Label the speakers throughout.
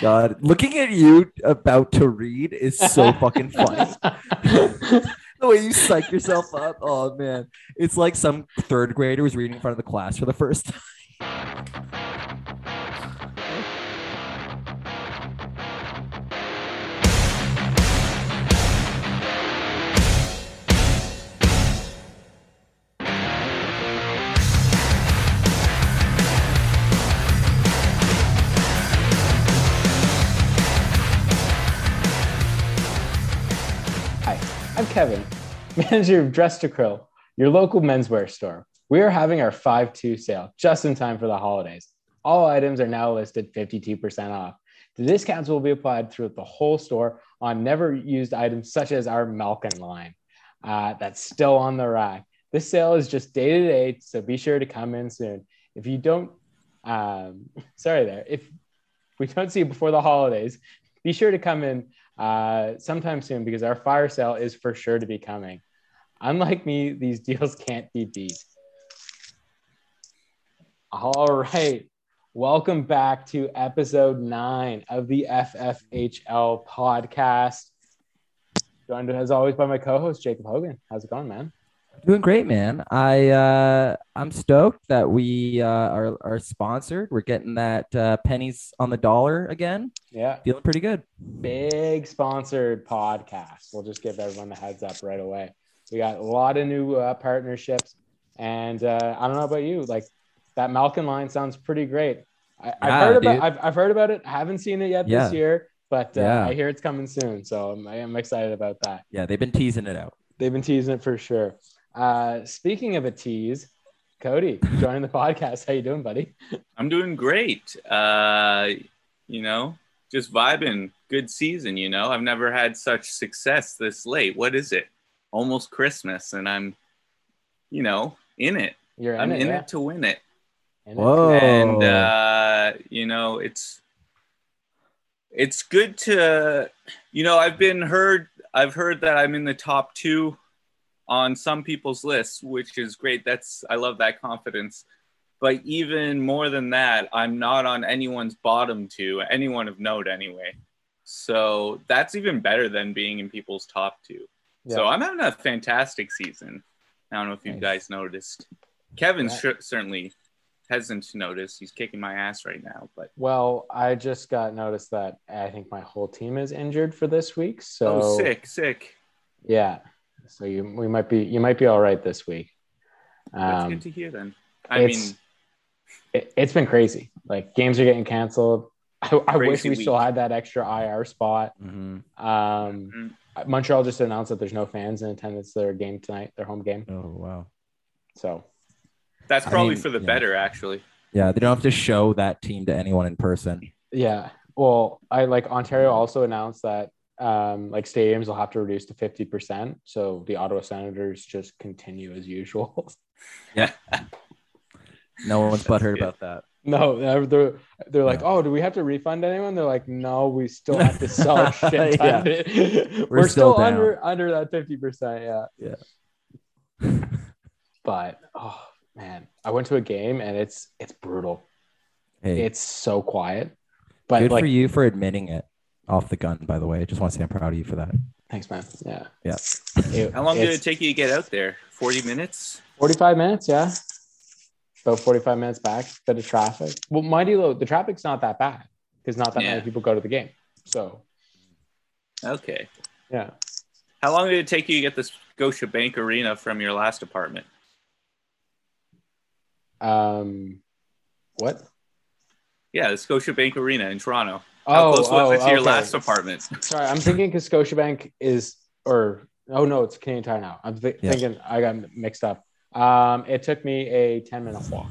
Speaker 1: god, looking at you about to read is so fucking funny. the way you psych yourself up. Oh man, it's like some third grader was reading in front of the class for the first time.
Speaker 2: Hi, I'm Kevin, manager of Dress to Krill, your local menswear store. We are having our 5 2 sale just in time for the holidays. All items are now listed 52% off. The discounts will be applied throughout the whole store on never used items such as our Malkin line uh, that's still on the rack. This sale is just day to day, so be sure to come in soon. If you don't, um, sorry there, if we don't see you before the holidays, be sure to come in uh, sometime soon because our fire sale is for sure to be coming. Unlike me, these deals can't be beat. All right. Welcome back to episode nine of the FFHL podcast. Joined as always by my co host, Jacob Hogan. How's it going, man?
Speaker 1: Doing great, man. I uh, I'm stoked that we uh, are are sponsored. We're getting that uh, pennies on the dollar again.
Speaker 2: Yeah.
Speaker 1: Feeling pretty good.
Speaker 2: Big sponsored podcast. We'll just give everyone the heads up right away. We got a lot of new uh, partnerships. And uh, I don't know about you, like that Malkin line sounds pretty great. I,
Speaker 1: Yeah,
Speaker 2: I've, heard about,
Speaker 1: dude.
Speaker 2: I've, I've heard about it. Haven't seen it yet
Speaker 1: Yeah.
Speaker 2: this year, but uh,
Speaker 1: Yeah.
Speaker 2: I hear it's coming soon. So I'm, I am excited about that.
Speaker 1: Yeah, they've been teasing it out.
Speaker 2: They've been teasing it for sure. Uh, speaking of a tease, Cody joining the podcast. How you doing, buddy?
Speaker 3: I'm doing great. Uh, you know, just vibing. Good season. You know, I've never had such success this late. What is it? Almost Christmas, and I'm, you know, in it.
Speaker 2: You're in
Speaker 3: I'm
Speaker 2: it.
Speaker 3: in
Speaker 2: yeah? Oh.
Speaker 3: it to win it.
Speaker 2: In it.
Speaker 1: Whoa.
Speaker 3: And uh, you know, it's it's good to, you know, I've been heard. I've heard that I'm in the top two on some people's lists, which is great. That's I love that confidence. But even more than that, I'm not on anyone's bottom two, anyone of note anyway. So that's even better than being in people's top two.
Speaker 2: Yeah.
Speaker 3: So I'm having a fantastic season. I don't know if you
Speaker 2: Nice.
Speaker 3: guys noticed. Kevin
Speaker 2: Yeah.
Speaker 3: cer- certainly hasn't noticed. He's kicking my ass right now, but
Speaker 2: Well, I just got noticed that I think my whole team is injured for this week. So
Speaker 3: oh, sick, sick.
Speaker 2: Yeah. So you we might be you might be all right this week.
Speaker 3: That's
Speaker 2: Um,
Speaker 3: good to hear. Then I
Speaker 2: it's-
Speaker 3: mean,
Speaker 2: it, it's been crazy. Like games are getting canceled. I, I wish we
Speaker 3: Crazy
Speaker 2: still
Speaker 3: week.
Speaker 2: had that extra IR spot.
Speaker 1: Mhm.
Speaker 2: Um,
Speaker 3: mm,
Speaker 2: Montreal just announced that there's no fans in attendance to their game tonight, their home game.
Speaker 1: Oh wow.
Speaker 2: So
Speaker 3: that's
Speaker 1: I
Speaker 3: probably
Speaker 1: mean,
Speaker 3: for the
Speaker 1: yeah.
Speaker 3: better, actually.
Speaker 1: Yeah, they don't have to show that team to anyone in person.
Speaker 2: yeah. Well, I like Ontario also announced that um, like stadiums will have to reduce to fifty percent. So the Ottawa Senators just continue as usual.
Speaker 1: No one's
Speaker 3: That's
Speaker 1: butthurt
Speaker 3: good.
Speaker 1: about that.
Speaker 2: No, they're they're, they're like, oh, do we have to refund anyone? They're like, no, we still have to sell shit.
Speaker 1: Yeah.
Speaker 2: ton. We're,
Speaker 1: We're still
Speaker 2: still,
Speaker 1: down.
Speaker 2: under under that fifty percent. Yeah,
Speaker 1: Yeah.
Speaker 2: but oh man, I went to a game and it's it's brutal.
Speaker 1: Hey,
Speaker 2: It's so quiet. But
Speaker 1: good
Speaker 2: like,
Speaker 1: for you for admitting it off the gun. By the way, I just want to say I'm proud of you for that.
Speaker 2: thanks, man. Yeah,
Speaker 1: Yeah.
Speaker 2: It-
Speaker 3: How long did
Speaker 2: it's
Speaker 3: it take you to get out there? Forty minutes.
Speaker 2: Forty-five minutes. Yeah, about forty-five minutes back. Bit of traffic. Well, mind you, though, the traffic's not that bad because not that
Speaker 3: Yeah.
Speaker 2: many people go to the game. So
Speaker 3: Okay.
Speaker 2: yeah.
Speaker 3: How long did it take you to get the Scotia Bank Arena from your last apartment?
Speaker 2: Um, what?
Speaker 3: Yeah, the Scotia Bank Arena in Toronto. How close was it to your
Speaker 2: Oh, okay.
Speaker 3: last apartment?
Speaker 2: Sorry, I'm thinking because Scotiabank is, or oh no, it's Canadian Tire now. I'm thi-
Speaker 1: Yeah.
Speaker 2: thinking I got mixed up. Um, it took me a 10 minute walk.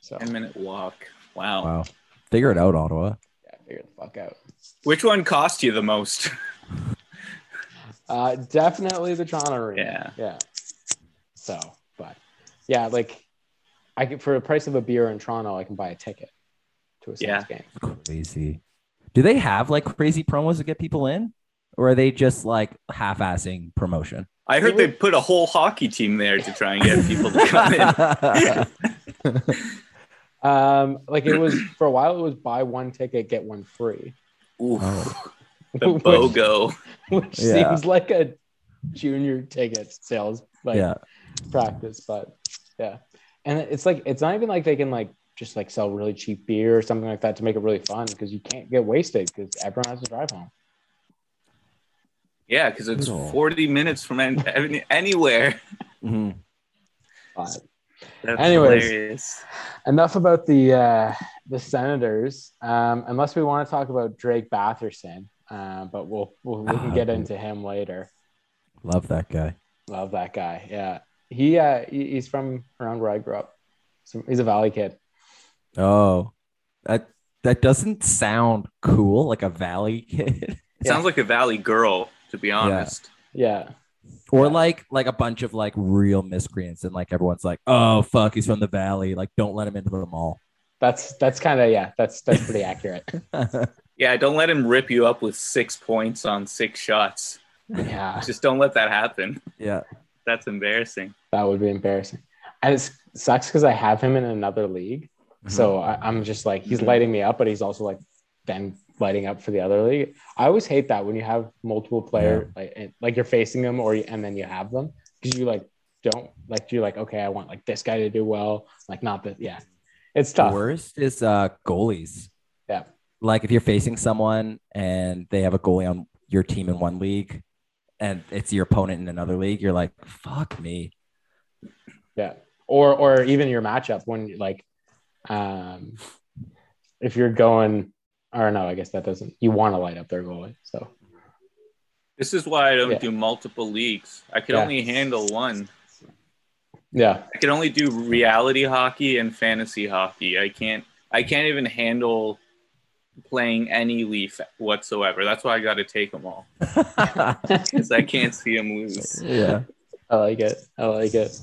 Speaker 2: So
Speaker 3: Ten minute walk. Wow.
Speaker 1: Wow, figure it out, Ottawa.
Speaker 2: yeah, figure the fuck out.
Speaker 3: Which one cost you the most?
Speaker 2: Uh, definitely the Toronto Arena. Yeah. Yeah. So, but yeah, like I can, for the price of a beer in Toronto, I can buy a ticket to a Sens game.
Speaker 1: Crazy. Do they have like crazy promos to get people in? Or are they just like half assing promotion?
Speaker 3: I heard they put a whole hockey team there to try and get people to come in.
Speaker 2: Um, like it was for a while, it was buy one ticket, get one free.
Speaker 3: Ooh,
Speaker 1: Oh.
Speaker 3: the BOGO.
Speaker 2: which
Speaker 1: Yeah.
Speaker 2: seems like a junior ticket sales like
Speaker 1: yeah.
Speaker 2: practice, but yeah. And it's like it's not even like they can like just like sell really cheap beer or something like that to make it really fun because you can't get wasted because everyone has to drive home.
Speaker 3: Yeah, because it's
Speaker 1: Brutal.
Speaker 3: 40 minutes from an- any, anywhere.
Speaker 2: mm-hmm.
Speaker 1: Mhm.
Speaker 2: But
Speaker 3: That's
Speaker 2: Anyways.
Speaker 3: hilarious.
Speaker 2: enough about the uh, the Senators. Um, unless we want to talk about Drake Batherson, uh, but we'll, we'll we can get into him later.
Speaker 1: Love that guy.
Speaker 2: Love that guy. Yeah, he uh, he- he's from around where I grew up. So he's a Valley kid.
Speaker 1: Oh, that that doesn't sound cool. Like a valley kid,
Speaker 3: It Sounds like a Valley girl, to be honest.
Speaker 2: Yeah,
Speaker 1: or like like a bunch of like real miscreants, and like everyone's like, oh fuck, he's from the valley. Like, don't let him into the mall.
Speaker 2: that's that's kind of yeah, that's that's pretty accurate.
Speaker 3: Yeah. don't let him rip you up with six points on six shots.
Speaker 2: yeah,
Speaker 3: Just don't let that happen.
Speaker 1: yeah.
Speaker 3: That's embarrassing.
Speaker 2: that would be embarrassing, and it sucks because I have him in another league, so I, I'm just like he's lighting me up, but he's also like then lighting up for the other league. I always hate that when you have multiple player like and, like you're facing them or and then you have them because you like don't like you're like okay, I want like this guy to do well, like not that yeah, it's
Speaker 1: the
Speaker 2: tough.
Speaker 1: worst is uh goalies.
Speaker 2: Yeah.
Speaker 1: Like if you're facing someone and they have a goalie on your team in one league, and it's your opponent in another league, you're like, fuck me.
Speaker 2: Yeah. Or or even your matchup when like um if you're going or no, I guess that doesn't you want to light up their goalie. So
Speaker 3: This is why I don't
Speaker 2: Yeah.
Speaker 3: do multiple leagues. I could
Speaker 2: Yeah.
Speaker 3: only handle one.
Speaker 2: yeah.
Speaker 3: I can only do reality hockey and fantasy hockey. I can't I can't even handle playing any leaf whatsoever. That's why I got to take them all cuz I can't see them lose.
Speaker 1: yeah.
Speaker 2: I like it. I like it.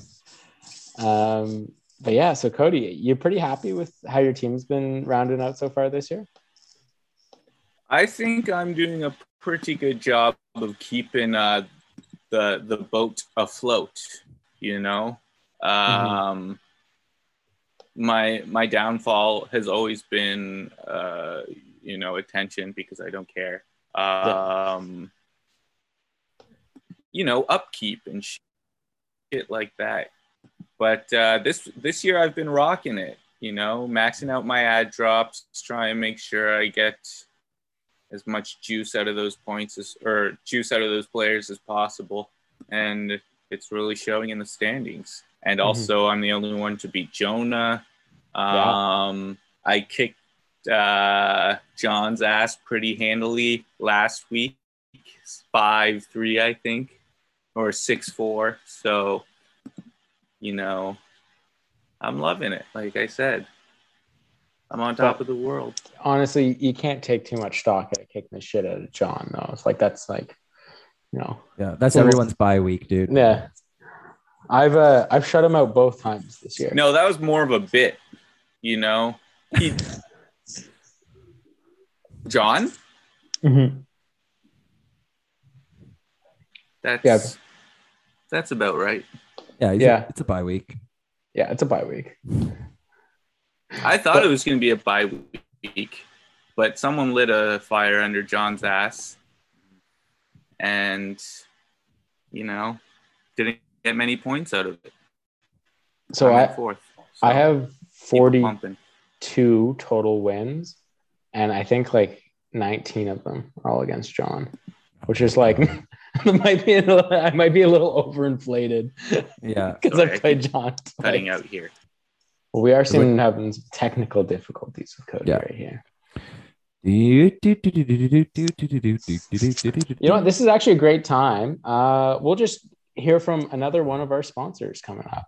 Speaker 2: Um but yeah, so Cody, you're pretty happy with how your team's been rounding out so far this year?
Speaker 3: I think I'm doing a pretty good job of keeping uh, the the boat afloat. You know, um, my my downfall has always been uh, you know attention because I don't care. Um, You know, upkeep and sh- shit like that. But uh, this this year I've been rocking it. You know, maxing out my ad drops, trying to make sure I get as much juice out of those points as or juice out of those players as possible and it's really showing in the standings and
Speaker 2: Mhm.
Speaker 3: also i'm the only one to beat jonah um i kicked uh john's ass pretty handily last week five three i think or six four so you know i'm loving it like i said i'm on top of the world
Speaker 2: Honestly, you can't take too much stock at kicking the shit out of John though. It's like that's like you know,
Speaker 1: Yeah. That's
Speaker 2: Yeah.
Speaker 1: everyone's bye week, dude.
Speaker 2: yeah. I've uh I've shut him out both times this year.
Speaker 3: No, that was more of a bit, you know. He- John,
Speaker 2: Mhm.
Speaker 3: that's
Speaker 2: Yeah.
Speaker 3: that's about right.
Speaker 1: Yeah. it's a-
Speaker 2: Yeah.
Speaker 1: it's a bye week.
Speaker 2: Yeah, it's a bye week.
Speaker 3: I thought it was going to be a bye week, but someone lit a fire under John's ass, and you know, didn't get many points out of it.
Speaker 2: So
Speaker 3: I'm at
Speaker 2: I,
Speaker 3: fourth. So
Speaker 2: I have
Speaker 3: keep
Speaker 2: 42
Speaker 3: pumping.
Speaker 2: total wins, and I think like 19 of them are all against John, which is like I might be a little, I might be a little overinflated
Speaker 1: Yeah.
Speaker 2: because
Speaker 3: Sorry, I
Speaker 2: I've played John. twice.
Speaker 3: Cutting out here.
Speaker 2: We are seeing having some technical difficulties with Cody
Speaker 1: Yeah.
Speaker 2: right here.
Speaker 1: You know
Speaker 2: You know what? This is actually a great time. Uh, we'll just hear from another one of our sponsors coming up.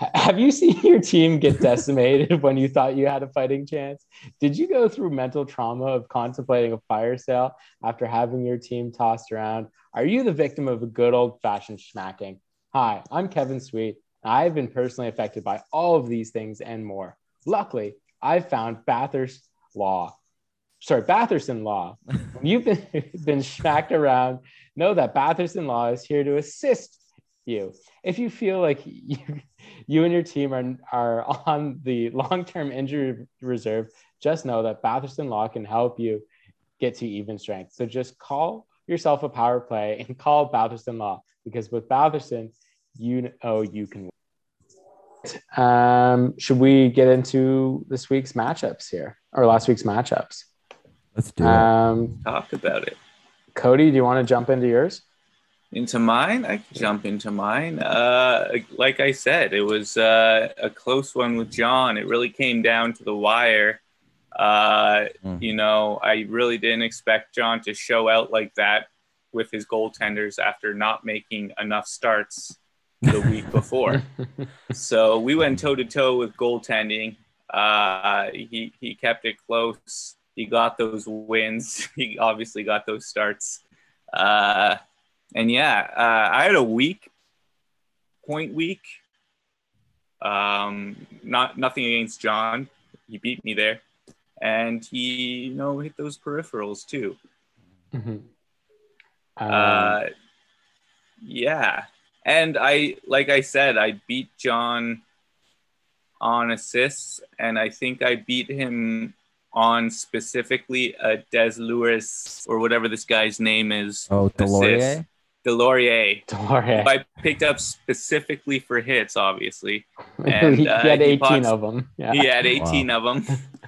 Speaker 2: H- Have you seen your team get decimated when you thought you had a fighting chance? Did you go through mental trauma of contemplating a fire sale after having your team tossed around? Are you the victim of a good old fashioned smacking? Hi, I'm Kevin Sweet. and I've been personally affected by all of these things and more. Luckily, I've found Bathurst Law. Sorry, Batherson Law. When You've been, been smacked around. Know that Batherson Law is here to assist you. If you feel like you, you and your team are, are on the long term injury reserve, just know that Batherson Law can help you get to even strength. So just call yourself a power play and call Batherson off because with Batherson, you know you can win. Um, should we get into this week's matchups here or last week's matchups?
Speaker 1: Let's do it.
Speaker 2: Um,
Speaker 3: Talk about it.
Speaker 2: Cody, do you want to jump into yours?
Speaker 3: Into mine, I can jump into mine. Uh, like I said, it was uh, a close one with John. It really came down to the wire. Uh,
Speaker 1: Mm.
Speaker 3: You know, I really didn't expect John to show out like that with his goaltenders after not making enough starts the week before. so we went toe to toe with goaltending. Uh, he he kept it close. He got those wins. He obviously got those starts. Uh, and yeah, uh, I had a week, point week. Um, not nothing against John. He beat me there, and he you know hit those peripherals too.
Speaker 2: Mhm. Um,
Speaker 3: Uh, yeah. And I, like I said, I beat John on assists, and I think I beat him on specifically a Des Lewis or whatever this guy's name is,
Speaker 1: oh,
Speaker 3: assist.
Speaker 1: Delorier.
Speaker 3: Delorier.
Speaker 2: don't worry.
Speaker 3: I picked up specifically for hits, obviously.
Speaker 2: he,
Speaker 3: and, uh,
Speaker 2: had
Speaker 3: he
Speaker 2: 18
Speaker 3: boxed-
Speaker 2: of them. Yeah.
Speaker 3: He had 18 of them,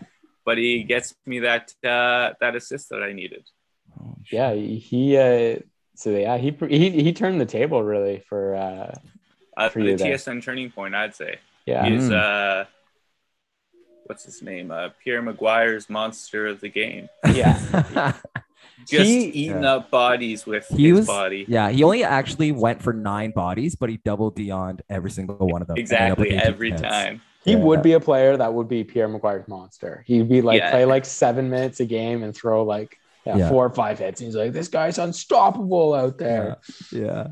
Speaker 3: but he gets me that uh, that assist that I needed.
Speaker 1: Oh, shit.
Speaker 2: Yeah. He, uh, so yeah, he, he, he turned the table really for, uh,
Speaker 3: Uh,
Speaker 2: For
Speaker 3: the
Speaker 2: you there.
Speaker 3: TSN turning point, I'd say.
Speaker 2: yeah.
Speaker 3: He's uh, what's his name? Uh, Pierre Maguire's monster of the game,
Speaker 2: Yeah.
Speaker 3: just
Speaker 2: He-
Speaker 3: eating
Speaker 1: Yeah.
Speaker 3: up bodies with
Speaker 1: He
Speaker 3: his
Speaker 1: was-
Speaker 3: body.
Speaker 1: Yeah, he only actually went for nine bodies, but he doubled beyond every single one of them. and ended up with
Speaker 3: Exactly
Speaker 1: 18
Speaker 3: every
Speaker 1: hits.
Speaker 3: time.
Speaker 2: He
Speaker 1: Yeah.
Speaker 2: would be a player that would be Pierre Maguire's monster. He'd be like
Speaker 3: Yeah.
Speaker 2: play like seven minutes a game and throw like yeah,
Speaker 1: Yeah.
Speaker 2: four or five hits. He's like, this guy's unstoppable out
Speaker 1: Uh,
Speaker 2: there.
Speaker 1: Yeah.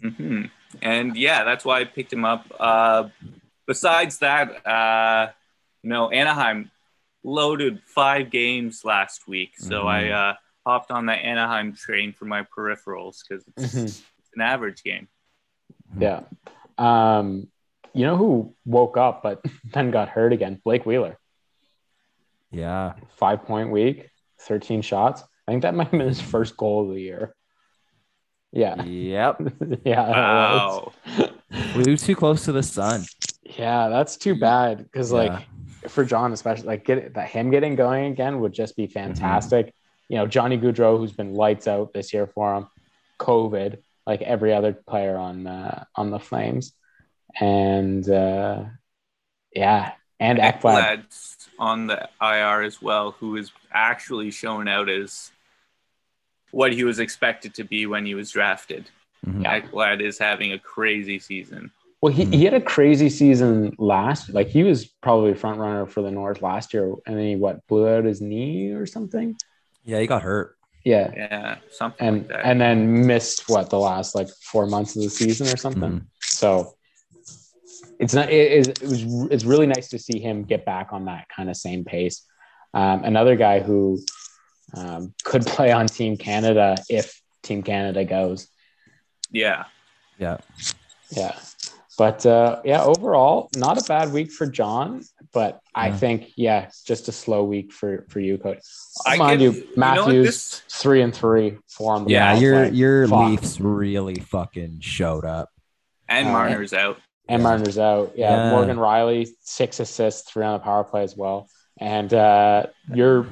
Speaker 3: hmm And yeah, that's why I picked him up. Uh, besides that, uh, you know, Anaheim loaded five games last week, so
Speaker 1: Mhm.
Speaker 3: I uh, hopped on the Anaheim train for my peripherals because it's,
Speaker 2: Mhm.
Speaker 3: it's an average game.
Speaker 2: Yeah. Um, you know who woke up but then got hurt again? Blake Wheeler.
Speaker 1: Yeah.
Speaker 2: Five point week, 13 shots. I think that might have been his first goal of the year. Yeah.
Speaker 1: Yep.
Speaker 2: yeah.
Speaker 3: Wow.
Speaker 1: We were too close to the sun.
Speaker 2: Yeah, that's too bad because
Speaker 1: Yeah.
Speaker 2: like for John especially, like get that him getting going again would just be fantastic. You know, Johnny Goudreau, who's been lights out this year for him, COVID, like every other player on uh, on the Flames, and uh, yeah, and Ekblad.
Speaker 3: Lads on the IR as well, who is actually shown out as what he was expected to be when he was drafted.
Speaker 1: Mhm.
Speaker 2: Yeah.
Speaker 3: Ekblad is having a crazy season.
Speaker 2: Well, he,
Speaker 1: Mhm.
Speaker 3: Mm-hmm.
Speaker 2: he had a crazy season last. Like he was probably front runner for the North last year, and then he what blew out his knee or something.
Speaker 1: Yeah, he got hurt.
Speaker 2: Yeah,
Speaker 3: Yeah, something
Speaker 2: and
Speaker 3: like that.
Speaker 2: and then missed what the last like four months of the season or something.
Speaker 3: Mm-hmm.
Speaker 1: Mhm.
Speaker 2: So it's not it, it, it was it's really nice to see him get back on that kind of same pace. Um, another guy who um, could play on Team Canada if Team Canada goes.
Speaker 3: yeah,
Speaker 1: Yeah.
Speaker 2: Yeah. But uh, yeah, overall, not a bad week for John, but I
Speaker 1: Yeah.
Speaker 2: think yeah, just a slow week for for you, Coach.
Speaker 3: I
Speaker 2: Mind
Speaker 3: get-
Speaker 2: you,
Speaker 3: you know
Speaker 2: Matthews
Speaker 3: what, this-
Speaker 2: three and three, four on the
Speaker 1: Yeah,
Speaker 2: power
Speaker 1: your
Speaker 2: play.
Speaker 1: your
Speaker 2: Fuck.
Speaker 1: Leafs really fucking showed up.
Speaker 3: and
Speaker 2: Uh,
Speaker 3: Marner's out.
Speaker 2: And Marner's out. Yeah,
Speaker 1: Yeah.
Speaker 2: Morgan Riley, six assists, three on the power play as well. And uh, your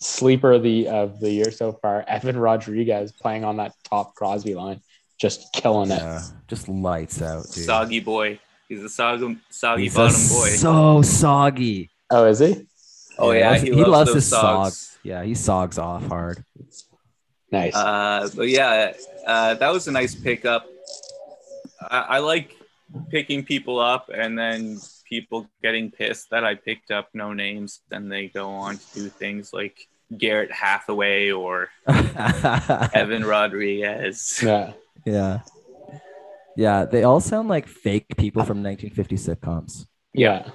Speaker 2: sleeper of the of the year so far, Evan Rodriguez, playing on that top Crosby line, just killing it.
Speaker 1: Yeah. Just lights out, dude.
Speaker 3: Soggy boy. He's a soggy, soggy
Speaker 1: He's a
Speaker 3: bottom boy.
Speaker 1: So soggy.
Speaker 2: Oh, is he?
Speaker 3: oh yeah,
Speaker 1: that's-
Speaker 3: he,
Speaker 1: he
Speaker 3: loves,
Speaker 1: loves
Speaker 3: those
Speaker 1: his
Speaker 3: socks.
Speaker 1: Yeah, he sogs off hard.
Speaker 2: Nice.
Speaker 3: Uh, but yeah, uh, that was a nice pickup. I, I like picking people up and then people getting pissed that I picked up no names. Then they go on to do things like Garrett Hathaway or
Speaker 1: yeah.
Speaker 3: Evan Rodriguez.
Speaker 2: yeah.
Speaker 1: Yeah. They all sound like fake people from 1950 sitcoms.
Speaker 2: Yeah.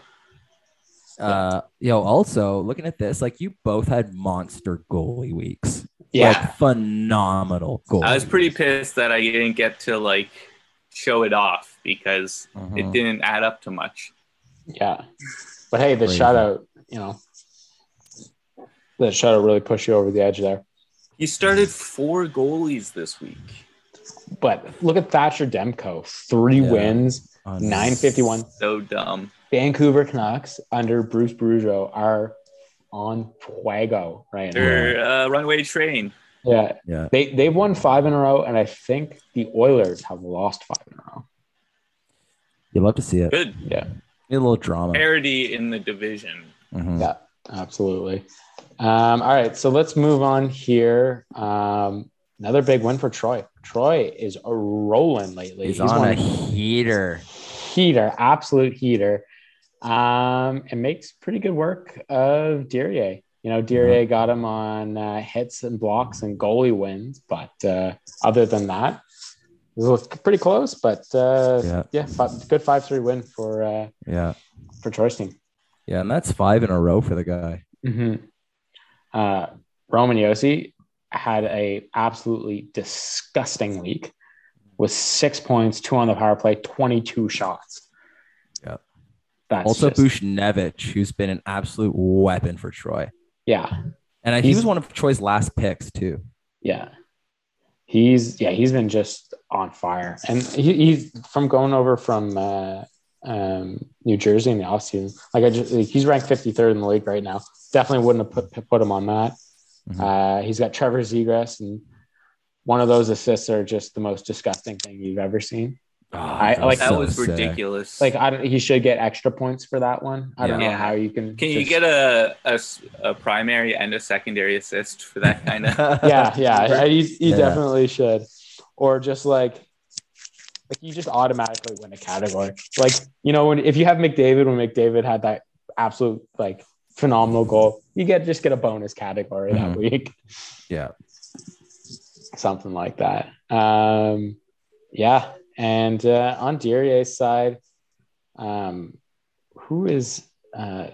Speaker 1: Uh, yo, also looking at this, like you both had monster goalie weeks.
Speaker 2: Yeah.
Speaker 1: Like, phenomenal goalie.
Speaker 3: I was pretty pissed that I didn't get to like show it off because
Speaker 2: Mm-hmm.
Speaker 1: Mhm.
Speaker 3: it didn't add up to much.
Speaker 2: Yeah. But hey, the
Speaker 1: Crazy.
Speaker 2: shutout, you know, That shot will really push you over the edge there.
Speaker 3: He started four goalies this week.
Speaker 2: But look at Thatcher Demko, three
Speaker 1: Yeah.
Speaker 2: wins,
Speaker 1: On-
Speaker 2: 951.
Speaker 3: So dumb.
Speaker 2: Vancouver Canucks under Bruce Brujo are on fuego right now.
Speaker 3: They're uh, runaway train.
Speaker 2: Yeah.
Speaker 1: Yeah.
Speaker 2: They they've won five in a row, and I think the Oilers have lost five in a row.
Speaker 1: You love to see it.
Speaker 3: Good
Speaker 2: Yeah,
Speaker 1: Need a little drama.
Speaker 3: parity in the division.
Speaker 1: Mhm.
Speaker 2: yeah, absolutely. Um, all right, so let's move on here. Um, another big win for Troy. Troy is a rolling lately.
Speaker 1: He's, on a
Speaker 2: won
Speaker 1: heater.
Speaker 2: heater, absolute heater. Um, and makes pretty good work of Dirier. You know, Dirier got him on uh, hits and blocks and goalie wins, but uh, other than that, it was pretty close. But uh,
Speaker 1: Yeah.
Speaker 2: yeah, fi good five three win for uh,
Speaker 1: Yeah.
Speaker 2: for Troy's team.
Speaker 1: Yeah. And that's five in a row for the guy.
Speaker 2: Mm-hmm. Uh, Roman Yossi had a absolutely disgusting week with six points, two on the power play, twenty two shots.
Speaker 1: Yeah.
Speaker 2: that's
Speaker 1: also,
Speaker 2: just-
Speaker 1: Bushnevich, who's been an absolute weapon for Troy.
Speaker 2: yeah,
Speaker 1: And I, he
Speaker 2: He's-
Speaker 1: was one of Troy's last picks, too.
Speaker 2: yeah. He's yeah, he's been just on fire, and he, he's from going over from uh, um, New Jersey in the offseason. Like I just, like, he's ranked fifty third in the league right now. Definitely wouldn't have put put him on that.
Speaker 3: Mm-hmm.
Speaker 2: Uh, he's got Trevor Zegras, and one of those assists are just the most disgusting thing you've ever seen. I- like-
Speaker 3: That
Speaker 1: Oh, so
Speaker 3: was
Speaker 1: sick.
Speaker 3: ridiculous.
Speaker 2: Like, I don't, he should get extra points for that one. I don't
Speaker 3: Yeah.
Speaker 2: know how you can.
Speaker 3: Can you
Speaker 2: just-
Speaker 3: get a, a s- a primary and a secondary assist for that kind of?
Speaker 2: Yeah, yeah, he, he
Speaker 1: Yeah.
Speaker 2: definitely should. Or just like, like you just automatically win a category. Like you know, when if you have McDavid, when McDavid had that absolute like phenomenal goal, you get just get a bonus category that week.
Speaker 1: Mm-hmm. Yeah.
Speaker 2: something like that. Um, yeah, and uh, on Dirier's side, um, who is uh,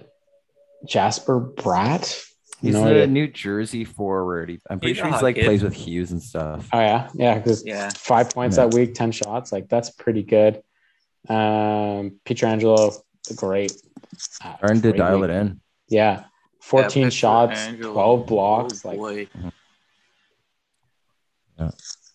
Speaker 2: Jasper Bratt?
Speaker 1: He's
Speaker 2: No
Speaker 1: a
Speaker 2: idea.
Speaker 1: New Jersey forward. He- I'm pretty
Speaker 3: He's
Speaker 1: sure he's
Speaker 3: not,
Speaker 1: like
Speaker 3: kid.
Speaker 1: plays with Hughes and stuff.
Speaker 2: Oh yeah, yeah, because
Speaker 3: Yeah.
Speaker 2: five points
Speaker 1: Yeah.
Speaker 2: that week, ten shots, like that's pretty good. Um, Pietrangelo, great. Uh,
Speaker 1: Starting to
Speaker 2: great
Speaker 1: dial
Speaker 2: week.
Speaker 1: it in.
Speaker 2: Yeah, fourteen
Speaker 3: Yeah,
Speaker 2: shots,
Speaker 3: Pietrangelo.
Speaker 2: twelve blocks,
Speaker 3: Oh,
Speaker 2: like
Speaker 3: boy.
Speaker 2: and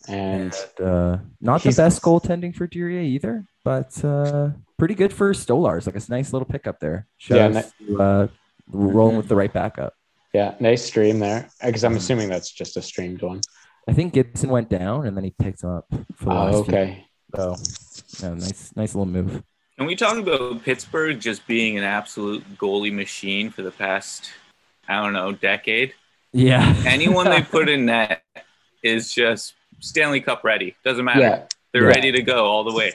Speaker 1: And, uh, not
Speaker 2: He's-
Speaker 1: the best goaltending for Duryea either, but uh, pretty good for Stolars. Like it's a nice little pickup there. Shows
Speaker 2: Yeah, and that-
Speaker 1: uh, rolling with the right backup.
Speaker 2: yeah, nice stream there. Because
Speaker 1: Mm.
Speaker 2: I'm assuming that's just a streamed one.
Speaker 1: I think Gibson went down and then he picked him up for the last
Speaker 2: Oh,
Speaker 1: few.
Speaker 2: okay.
Speaker 1: So yeah, nice, nice little move.
Speaker 3: Can we talk about Pittsburgh just being an absolute goalie machine for the past, I don't know, decade?
Speaker 1: Yeah.
Speaker 3: Anyone they put in net is just Stanley Cup ready. Doesn't matter.
Speaker 2: Yeah,
Speaker 3: They're
Speaker 1: Yeah.
Speaker 3: ready to go all the way.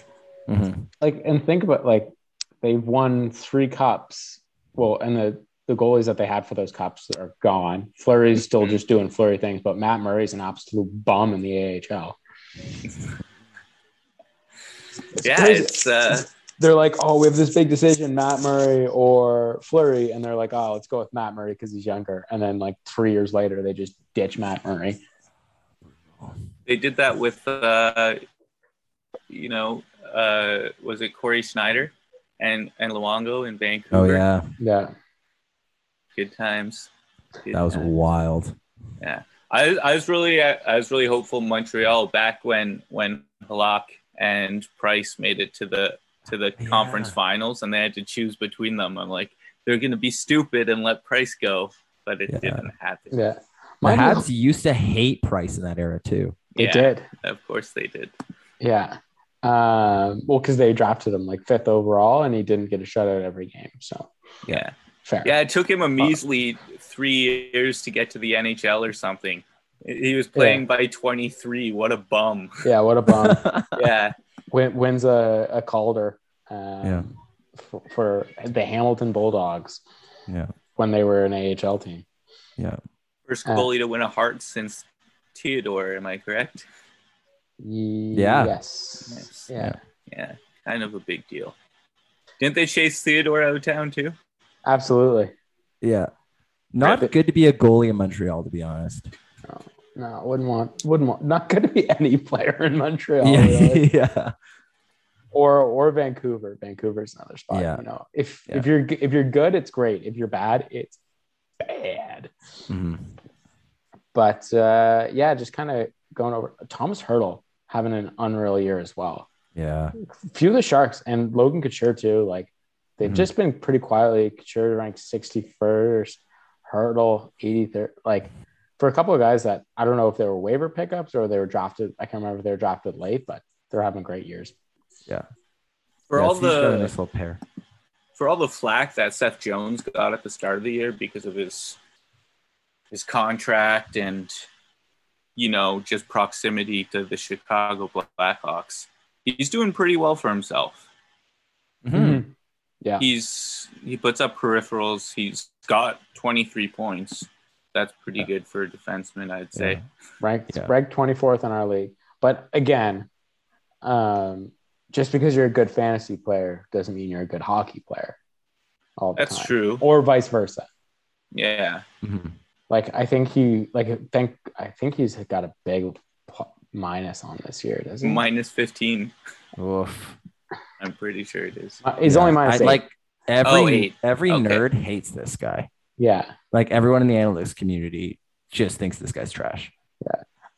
Speaker 1: Mhm.
Speaker 2: like and think about like they've won three cups. Well, and the the goalies that they had for those cups are gone. Flurry's still
Speaker 3: Mhm.
Speaker 2: just doing Flurry things, but Matt Murray's an absolute bum in the AHL.
Speaker 3: yeah,
Speaker 2: crazy.
Speaker 3: it's uh,
Speaker 2: they're like, oh, we have this big decision, Matt Murray or Flurry, and they're like, oh, let's go with Matt Murray because he's younger. And then like three years later, they just ditch Matt Murray.
Speaker 3: they did that with uh, you know, uh, was it Corey Schneider and and Luongo in
Speaker 1: Oh
Speaker 3: Vancouver?
Speaker 1: yeah,
Speaker 2: Yeah,
Speaker 3: good times. Good
Speaker 1: that was
Speaker 3: times.
Speaker 1: wild.
Speaker 3: I, I was really I was really hopeful Montreal back when when Halak and Price made it to the to the
Speaker 1: Yeah.
Speaker 3: conference finals and they had to choose between them. I'm like they're gonna be stupid and let Price go, but it
Speaker 1: Yeah.
Speaker 3: didn't happen.
Speaker 2: yeah.
Speaker 1: My
Speaker 2: Mind you-
Speaker 1: Habs used to hate Price in that era too.
Speaker 2: They
Speaker 3: Yeah,
Speaker 2: did.
Speaker 3: of course they did.
Speaker 2: Yeah. Um, well, because they drafted him like fifth overall, and he didn't get a shutout every game. So
Speaker 3: Yeah,
Speaker 2: fair.
Speaker 3: yeah. It took him
Speaker 1: Uh,
Speaker 3: a measly three years to get to the NHL or something. He was playing by 23. What a bum.
Speaker 2: Yeah, What a bum.
Speaker 3: Yeah,
Speaker 2: Win, wins a, a Calder. Um, For, for the Hamilton Bulldogs
Speaker 1: yeah,
Speaker 2: when they were an AHL team.
Speaker 3: first
Speaker 2: Uh.
Speaker 3: goalie to win a heart since Theodore. Am I correct?
Speaker 1: Yeah.
Speaker 2: Yes.
Speaker 3: Yes.
Speaker 2: Yeah.
Speaker 3: Yeah, kind of a big deal. Didn't they chase Theodore out of town too?
Speaker 2: Absolutely.
Speaker 1: yeah. Not
Speaker 2: Right.
Speaker 1: good to be a goalie in Montreal, to be honest.
Speaker 2: No, wouldn't want, wouldn't want, not going to be any player in Montreal
Speaker 1: Yeah,
Speaker 2: really.
Speaker 1: yeah,
Speaker 2: or or Vancouver. Vancouver's another spot.
Speaker 1: Yeah.
Speaker 2: You know, if
Speaker 1: Yeah.
Speaker 2: if you're g- if you're good, it's great. If you're bad, it's bad.
Speaker 1: Mhm.
Speaker 2: But uh, yeah, just kind of going over Thomas Hurdle having an unreal year as well.
Speaker 1: Yeah.
Speaker 2: Few of the Sharks and Logan Couture too. Like they've
Speaker 1: Mhm.
Speaker 2: just been pretty quietly. Couture ranked 61st, Hurdle 83rd. Like for a couple of guys that I don't know if they were waiver pickups or they were drafted. I can't remember if they were drafted late, but they're having great years.
Speaker 3: For
Speaker 1: Yeah,
Speaker 3: all
Speaker 1: so he's got a
Speaker 3: the
Speaker 1: nice little pair.
Speaker 3: for all the flack that Seth Jones got at the start of the year because of his his contract and you know just proximity to the Chicago Blackhawks, he's doing pretty well for himself.
Speaker 1: Hmm. Mm-hmm.
Speaker 2: Mm-hmm. Yeah.
Speaker 3: He's he puts up peripherals. He's got 23 points. That's pretty good for a defenseman, I'd say.
Speaker 1: Yeah.
Speaker 2: ranked
Speaker 1: Yeah.
Speaker 2: ranked 24th in our league. But again, um, just because you're a good fantasy player doesn't mean you're a good hockey player. All the
Speaker 3: That's
Speaker 2: time.
Speaker 3: true.
Speaker 2: Or vice versa.
Speaker 3: Yeah.
Speaker 1: Mhm.
Speaker 2: Like I think he like I think I think he's got a big pl- minus on this year, doesn't he?
Speaker 3: Minus 15.
Speaker 1: Oof.
Speaker 3: I'm pretty sure it is.
Speaker 2: Uh, he's
Speaker 1: Yeah.
Speaker 2: only minus
Speaker 1: I-
Speaker 2: eight.
Speaker 1: Like every
Speaker 3: Oh, eight.
Speaker 1: every
Speaker 3: Okay.
Speaker 1: nerd hates this guy.
Speaker 2: yeah.
Speaker 1: Like everyone in the analytics community just thinks this guy's trash.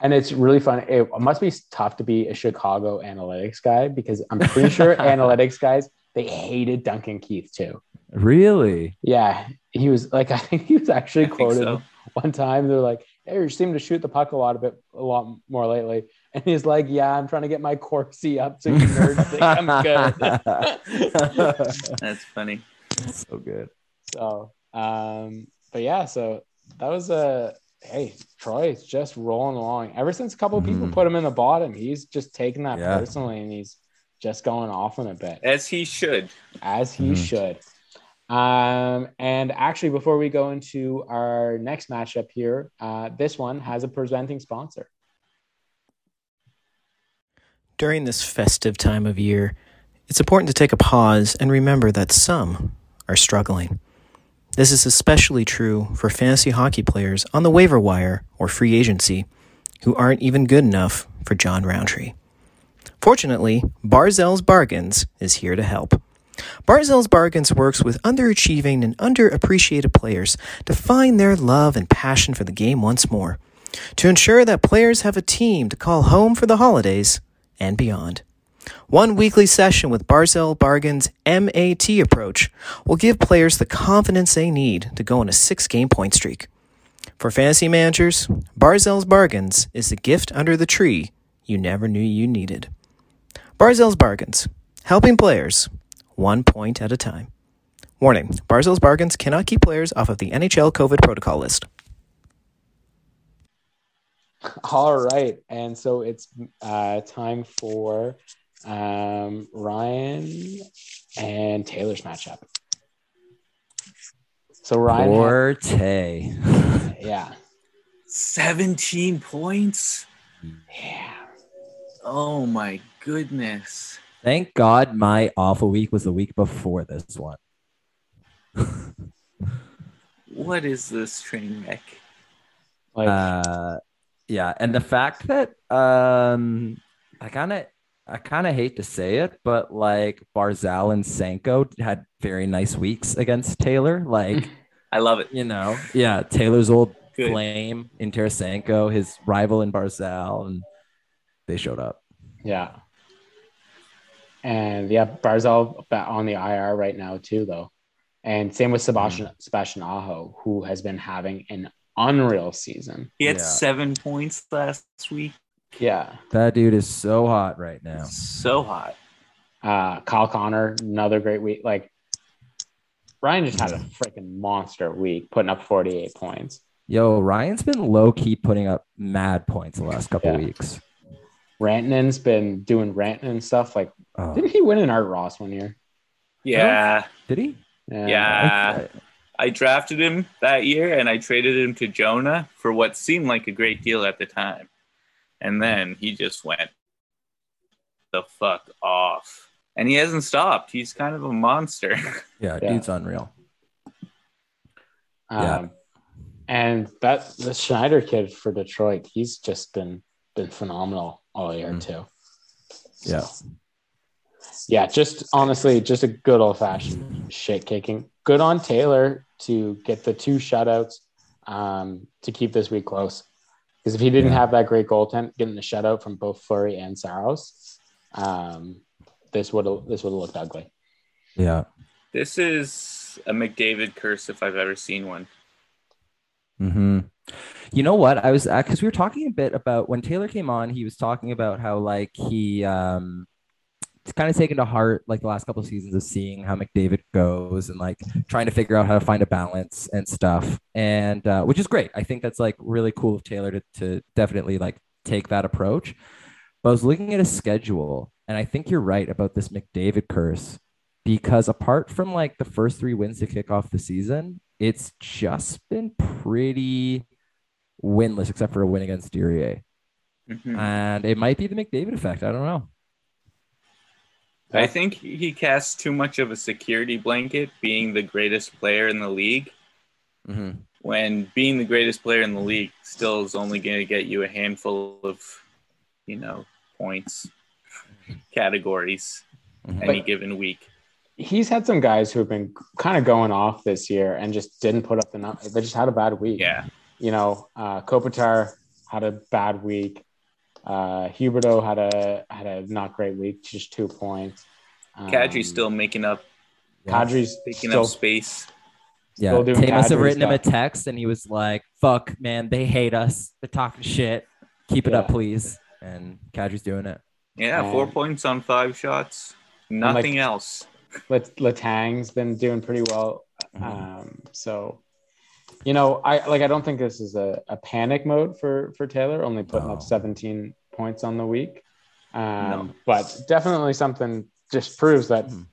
Speaker 2: And it's really fun. It must be tough to be a Chicago analytics guy because I'm pretty sure analytics guys they hated Duncan Keith too.
Speaker 1: Really?
Speaker 2: Yeah, he was like I think he was actually
Speaker 3: I think
Speaker 2: quoted
Speaker 3: so.
Speaker 2: one time they're like, "Hey, you seem to shoot the puck a lot a bit, a lot more lately." And he's like, "Yeah, I'm trying to get my Corsi up so you nerds think I'm good."
Speaker 3: That's funny.
Speaker 1: so good.
Speaker 2: so, um, but yeah, so that was a hey, Troy's just rolling along. Ever since a couple of people
Speaker 1: Mhm.
Speaker 2: put him in the bottom, he's just taking that
Speaker 1: Yeah.
Speaker 2: personally, and he's just going off on a bit.
Speaker 3: As he should.
Speaker 2: as he
Speaker 1: Mhm.
Speaker 2: should. Um, and actually, before we go into our next matchup here, uh, this one has a presenting sponsor.
Speaker 4: During this festive time of year, it's important to take a pause and remember that some are struggling. This is especially true for fantasy hockey players on the waiver wire or free agency who aren't even good enough for John Roundtree. Fortunately, Barzell's Bargains is here to help. Barzell's Bargains works with underachieving and underappreciated players to find their love and passion for the game once more, to ensure that players have a team to call home for the holidays and beyond. One weekly session with Barzell Bargains MAT approach will give players the confidence they need to go on a six game point streak. For fantasy managers, Barzell's Bargains is the gift under the tree you never knew you needed. Barzell's Bargains, helping players one point at a time. Warning Barzell's Bargains cannot keep players off of the NHL COVID protocol list.
Speaker 2: All right, and so it's uh, time for um, Ryan and Taylor's matchup. So Ryan,
Speaker 1: Forte.
Speaker 2: yeah,
Speaker 3: 17 points?
Speaker 2: yeah,
Speaker 3: Oh my goodness.
Speaker 1: Thank God my awful week was the week before this one.
Speaker 3: What is this train wreck?
Speaker 2: like
Speaker 1: uh, yeah, and the fact that um, I kind of, I kind of hate to say it, but like Barzal and Sanko had very nice weeks against Taylor. Like
Speaker 3: I love it.
Speaker 1: you know, yeah, Taylor's old
Speaker 3: Good.
Speaker 1: flame in Tarasenko, his rival in Barzal, and they showed up.
Speaker 2: yeah, and yeah, Barzal ba- on the IR right now too, though, and same with Sebastian Sebastian Aho, who has been having an unreal season.
Speaker 3: He had
Speaker 1: Yeah.
Speaker 3: seven points last week.
Speaker 2: Yeah,
Speaker 1: That dude is so hot right now.
Speaker 3: So hot.
Speaker 2: uh, Kyle Connor, another great week. Like Ryan just had a freaking monster week, putting up forty eight points.
Speaker 1: Yo, Ryan's been low key putting up mad points the last couple
Speaker 2: Yeah.
Speaker 1: weeks.
Speaker 2: Rantanen's been doing Rantanen stuff. Like,
Speaker 1: Oh,
Speaker 2: didn't he win an Art Ross one year?
Speaker 3: Yeah.
Speaker 1: did he?
Speaker 2: Ah.
Speaker 3: Yeah.
Speaker 1: I-
Speaker 3: I drafted him that year and I traded him to Jonah for what seemed like a great deal at the time. And then he just went the fuck off. And he hasn't stopped. He's kind of a monster.
Speaker 1: yeah,
Speaker 2: Yeah.
Speaker 1: dude's unreal.
Speaker 2: Um,
Speaker 1: Yeah.
Speaker 2: And that the Schneider kid for Detroit, he's just been been phenomenal all year
Speaker 1: Mhm.
Speaker 2: too.
Speaker 1: Yeah.
Speaker 2: Yeah, just honestly, just a good old fashioned shit kicking. Good on Taylor to get the two shutouts um, to keep this week close. Because if he didn't have that great goaltend getting the shutout from both Flurry and Saros, um, this would this would have looked ugly.
Speaker 1: Yeah.
Speaker 3: This is a McDavid curse if I've ever seen one.
Speaker 1: Mm-hmm. You know what? I was because we were talking a bit about when Taylor came on. He was talking about how like he um, it's kind of taken to heart like the last couple of seasons of seeing how McDavid goes and like trying to figure out how to find a balance and stuff. And uh, which is great. I think that's like really cool of Taylor to to definitely like take that approach. But I was looking at his schedule, and I think you're right about this McDavid curse because apart from like the first three wins to kick off the season, it's just been pretty winless except for a win against Duryea.
Speaker 3: Mhm.
Speaker 1: And it might be the McDavid effect. I don't know.
Speaker 3: I think he casts too much of a security blanket being the greatest player in the league
Speaker 1: Mhm.
Speaker 3: when being the greatest player in the league still is only going to get you a handful of, you know, points, categories
Speaker 1: Mhm.
Speaker 3: any given week.
Speaker 2: He's had some guys who have been kind of going off this year and just didn't put up the numbers. They just had a bad week.
Speaker 3: Yeah.
Speaker 2: you know, uh, Kopitar had a bad week. Uh, Huberto had a had a not great week, just two points. Um,
Speaker 3: Kadri's still making up,
Speaker 2: Kadri's
Speaker 3: taking
Speaker 2: still
Speaker 3: up space.
Speaker 1: Yeah,
Speaker 2: still doing
Speaker 1: Tay must have
Speaker 2: Kadri
Speaker 1: written him a
Speaker 2: stuff.
Speaker 1: text, and he was like, "Fuck, man, they hate us. They're talking shit. Keep it
Speaker 2: Yeah.
Speaker 1: up, please." And Kadri's doing it.
Speaker 3: Yeah,
Speaker 2: Um,
Speaker 3: four points on five shots.
Speaker 2: like-
Speaker 3: Nothing else.
Speaker 2: Lat- Latang's been doing pretty well.
Speaker 1: Mm-hmm.
Speaker 2: Um, so, you know, I like I don't think this is a, a panic mode for for Taylor, only putting
Speaker 1: No.
Speaker 2: up 17 points on the week. Um,
Speaker 3: No.
Speaker 2: But definitely something just proves that
Speaker 1: Mhm.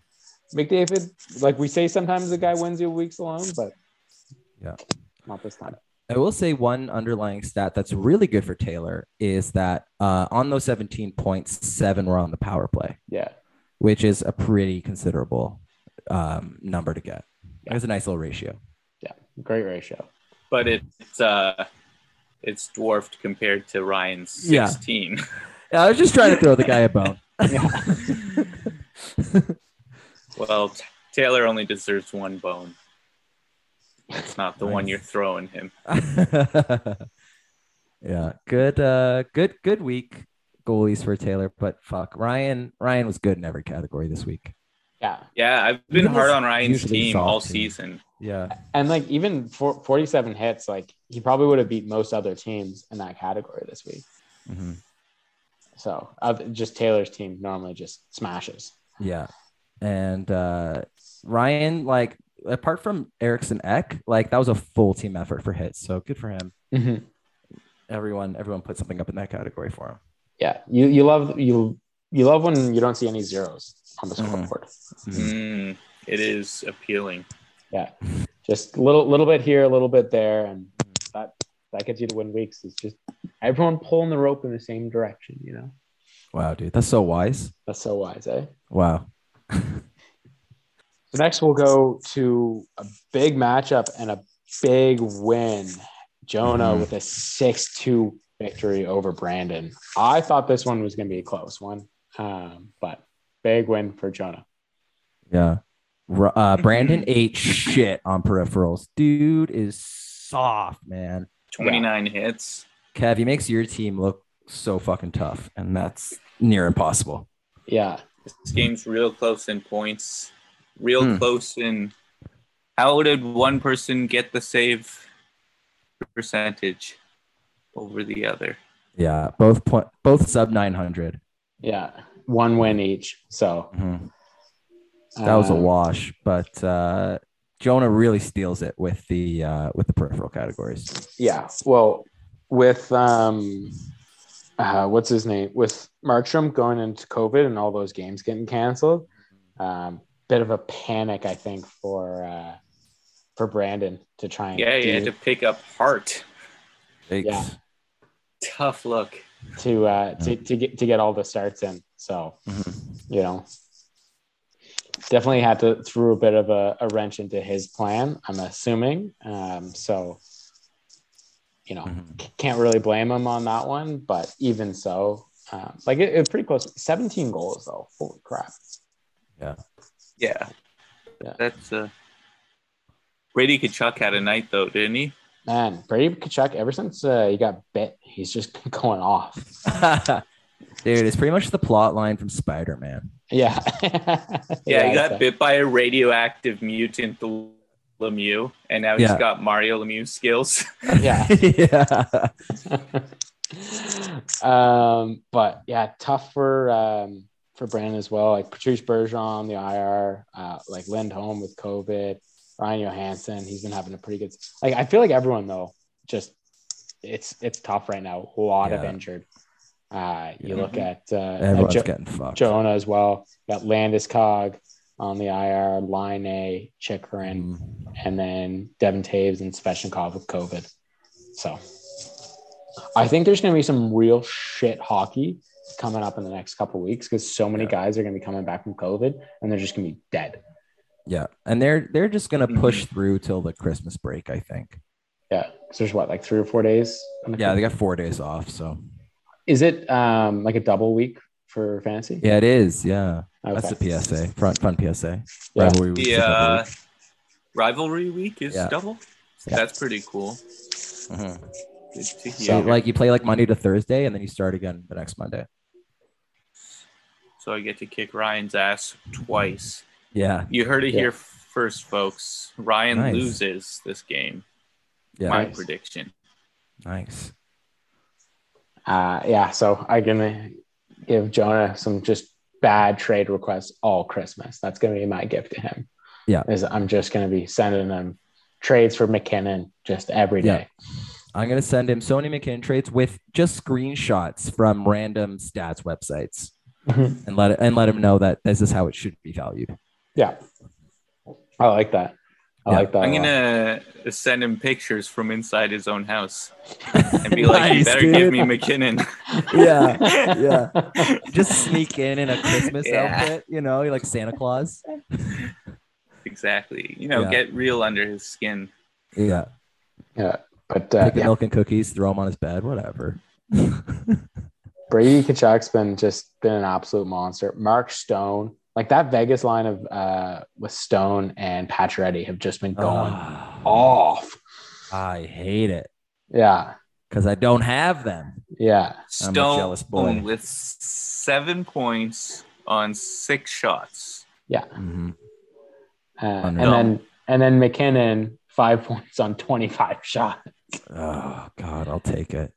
Speaker 2: McDavid, like we say, sometimes the guy wins you weeks alone, but
Speaker 1: Yeah.
Speaker 2: not this time.
Speaker 1: I will say one underlying stat that's really good for Taylor is that uh, on those 17 points, seven were on the power play,
Speaker 2: Yeah.
Speaker 1: which is a pretty considerable um, number to get. It was a nice little ratio.
Speaker 2: great ratio.
Speaker 3: But it's uh it's dwarfed compared to Ryan's
Speaker 1: Yeah.
Speaker 3: 16.
Speaker 1: Yeah, I was just trying to throw the guy a bone.
Speaker 2: Yeah.
Speaker 3: well, T- Taylor only deserves one bone. That's not the one
Speaker 1: Nice.
Speaker 3: you're throwing him.
Speaker 1: yeah, good, uh, good, good week goalies for Taylor, but fuck, Ryan, Ryan was good in every category this week.
Speaker 2: Yeah.
Speaker 3: Yeah, I've been
Speaker 1: Even
Speaker 3: hard
Speaker 1: his
Speaker 3: on Ryan's
Speaker 1: usually
Speaker 3: team
Speaker 1: soft
Speaker 3: all
Speaker 1: team.
Speaker 3: season.
Speaker 1: Yeah,
Speaker 2: And like even for 47 hits, like he probably would have beat most other teams in that category this week.
Speaker 1: Mhm.
Speaker 2: So uh, just Taylor's team normally just smashes.
Speaker 1: yeah, and uh, Ryan, like, apart from Erickson Eck, like that was a full team effort for hits, so good for him.
Speaker 2: Mm-hmm.
Speaker 1: Everyone, everyone put something up in that category for him.
Speaker 2: Yeah. You you love you you love when you don't see any zeros on the
Speaker 1: Mhm.
Speaker 2: scoreboard.
Speaker 3: Mm, it is appealing.
Speaker 2: Yeah. Just little little bit here, a little bit there, and that that gets you to win weeks. It's just everyone pulling the rope in the same direction, you know?
Speaker 1: Wow, dude, that's so wise.
Speaker 2: That's so wise, eh?
Speaker 1: Wow.
Speaker 2: So next, we'll go to a big matchup and a big win. Jonah
Speaker 1: Mhm.
Speaker 2: with a 6 2 victory over Brandon. I thought this one was going to be a close one, um, but big win for Jonah.
Speaker 1: Yeah. R- Uh, Brandon ate shit on peripherals. Dude is soft, man.
Speaker 3: 29 hits.
Speaker 1: Kev, he makes your team look so fucking tough, and that's near impossible.
Speaker 2: Yeah.
Speaker 3: This game's real close in points, real
Speaker 1: Hmm.
Speaker 3: close in. How did one person get the save percentage over the other?
Speaker 1: Yeah, both point, both sub nine hundred.
Speaker 2: Yeah. One win each. So
Speaker 1: That was a
Speaker 2: um,
Speaker 1: wash, but uh, Jonah really steals it with the uh, with the peripheral categories.
Speaker 2: Yeah. Well, with um, uh, what's his name? With Markstrom going into COVID and all those games getting canceled, um, bit of a panic, I think, for uh, for Brandon to try and
Speaker 3: Yeah, you had
Speaker 2: do-
Speaker 3: to pick up Hart.
Speaker 1: Thanks.
Speaker 2: Yeah.
Speaker 3: Tough look.
Speaker 2: to uh, to to get to get all the starts in. So
Speaker 1: Mhm.
Speaker 2: you know, definitely had to throw a bit of a, a wrench into his plan. I'm assuming. Um, so you know,
Speaker 1: Mhm.
Speaker 2: c- can't really blame him on that one. But even so, um, like it, it's pretty close. 17 goals though. Holy crap!
Speaker 3: Yeah.
Speaker 2: Yeah.
Speaker 3: That's uh, Brady Kachuk had a night though, didn't he?
Speaker 2: Man, Brady Kachuk, ever since uh, he got bit, he's just going off.
Speaker 1: Mm-hmm. Dude, it's pretty much the plot line from Spider Man.
Speaker 2: Yeah.
Speaker 3: Yeah, he
Speaker 2: it's
Speaker 3: got
Speaker 2: a-
Speaker 3: bit by a radioactive mutant Lemieux, and now he's
Speaker 1: Yeah.
Speaker 3: got Mario Lemieux skills.
Speaker 2: Yeah.
Speaker 1: yeah.
Speaker 2: um, but yeah, tough for um, for Brandon as well. Like Patrice Bergeron, the IR, uh, like Lindholm with COVID, Ryan Johansson, he's been having a pretty good. Like I feel like everyone though, just it's it's tough right now. A lot of
Speaker 1: Yeah.
Speaker 2: injured. Uh, you
Speaker 1: Yeah.
Speaker 2: look at, uh, at
Speaker 1: Everyone's
Speaker 2: Jo-
Speaker 1: getting fucked.
Speaker 2: Jonah as well. Got Landis Cog on the IR, Line A, Chikarin,
Speaker 1: Mm.
Speaker 2: and then Devin Taves and Sveshnikov with COVID. So I think there's going to be some real shit hockey coming up in the next couple weeks because so many
Speaker 1: Yeah.
Speaker 2: guys are going to be coming back from COVID and they're just going to be dead.
Speaker 1: Yeah. And they're they're just gonna
Speaker 2: Mm-hmm.
Speaker 1: push through till the Christmas break, I think.
Speaker 2: Yeah, because there's what like three or four days. in the-
Speaker 1: Yeah, they got four days off. So
Speaker 2: is it um like a double week for fantasy?
Speaker 1: yeah, it is. Yeah.
Speaker 2: Okay.
Speaker 1: That's the PSA. Fun, fun PSA.
Speaker 2: Yeah.
Speaker 1: Rivalry week is
Speaker 3: the
Speaker 1: double
Speaker 3: uh,
Speaker 1: week.
Speaker 3: rivalry week is
Speaker 1: Yeah.
Speaker 3: double.
Speaker 1: Yeah.
Speaker 3: That's pretty cool.
Speaker 1: Mhm.
Speaker 3: Good to hear.
Speaker 1: So like you play like Monday to Thursday and then you start again the next Monday.
Speaker 3: so I get to kick Ryan's ass twice.
Speaker 1: Yeah.
Speaker 3: You heard it
Speaker 2: Yeah.
Speaker 3: here first, folks. Ryan
Speaker 1: Nice.
Speaker 3: loses this game.
Speaker 1: Yeah.
Speaker 3: My
Speaker 2: Nice.
Speaker 3: prediction.
Speaker 1: Nice.
Speaker 2: Uh, yeah, so I'm gonna give Jonah some just bad trade requests all Christmas. That's gonna be my gift to him.
Speaker 1: Yeah.
Speaker 2: is I'm just gonna be sending him trades for McKinnon just every
Speaker 1: Yeah.
Speaker 2: day.
Speaker 1: I'm gonna send him Sony McKinnon trades with just screenshots from random stats websites
Speaker 2: Mm-hmm.
Speaker 1: and let it, and let him know that this is how it should be valued.
Speaker 2: Yeah, I like that. I
Speaker 1: Yeah.
Speaker 2: like that.
Speaker 3: I'm
Speaker 2: a lot.
Speaker 3: gonna send him pictures from inside his own house and be like, "You
Speaker 1: Nice,
Speaker 3: better
Speaker 1: dude.
Speaker 3: give me McKinnon."
Speaker 1: Yeah, yeah. Just sneak in in a Christmas
Speaker 3: Yeah.
Speaker 1: outfit, you know, you're like Santa Claus.
Speaker 3: exactly. You know,
Speaker 1: Yeah.
Speaker 3: get real under his skin.
Speaker 1: Yeah,
Speaker 2: Yeah, but uh,
Speaker 1: take the
Speaker 2: yeah,
Speaker 1: milk and cookies, throw them on his bed, whatever.
Speaker 2: Brady Kachuk's been just been an absolute monster. Mark Stone, like that Vegas line of uh, with Stone and Pacioretty have just been going
Speaker 1: Ah,
Speaker 2: off.
Speaker 1: I hate it
Speaker 2: Yeah,
Speaker 1: because I don't have them.
Speaker 2: yeah.
Speaker 1: I'm a
Speaker 3: Stone
Speaker 1: jealous boy.
Speaker 3: with seven points on six shots.
Speaker 1: Mhm.
Speaker 2: Uh, and
Speaker 1: Unreal.
Speaker 2: then and then McKinnon five points on twenty five shots.
Speaker 1: Oh God, I'll take it.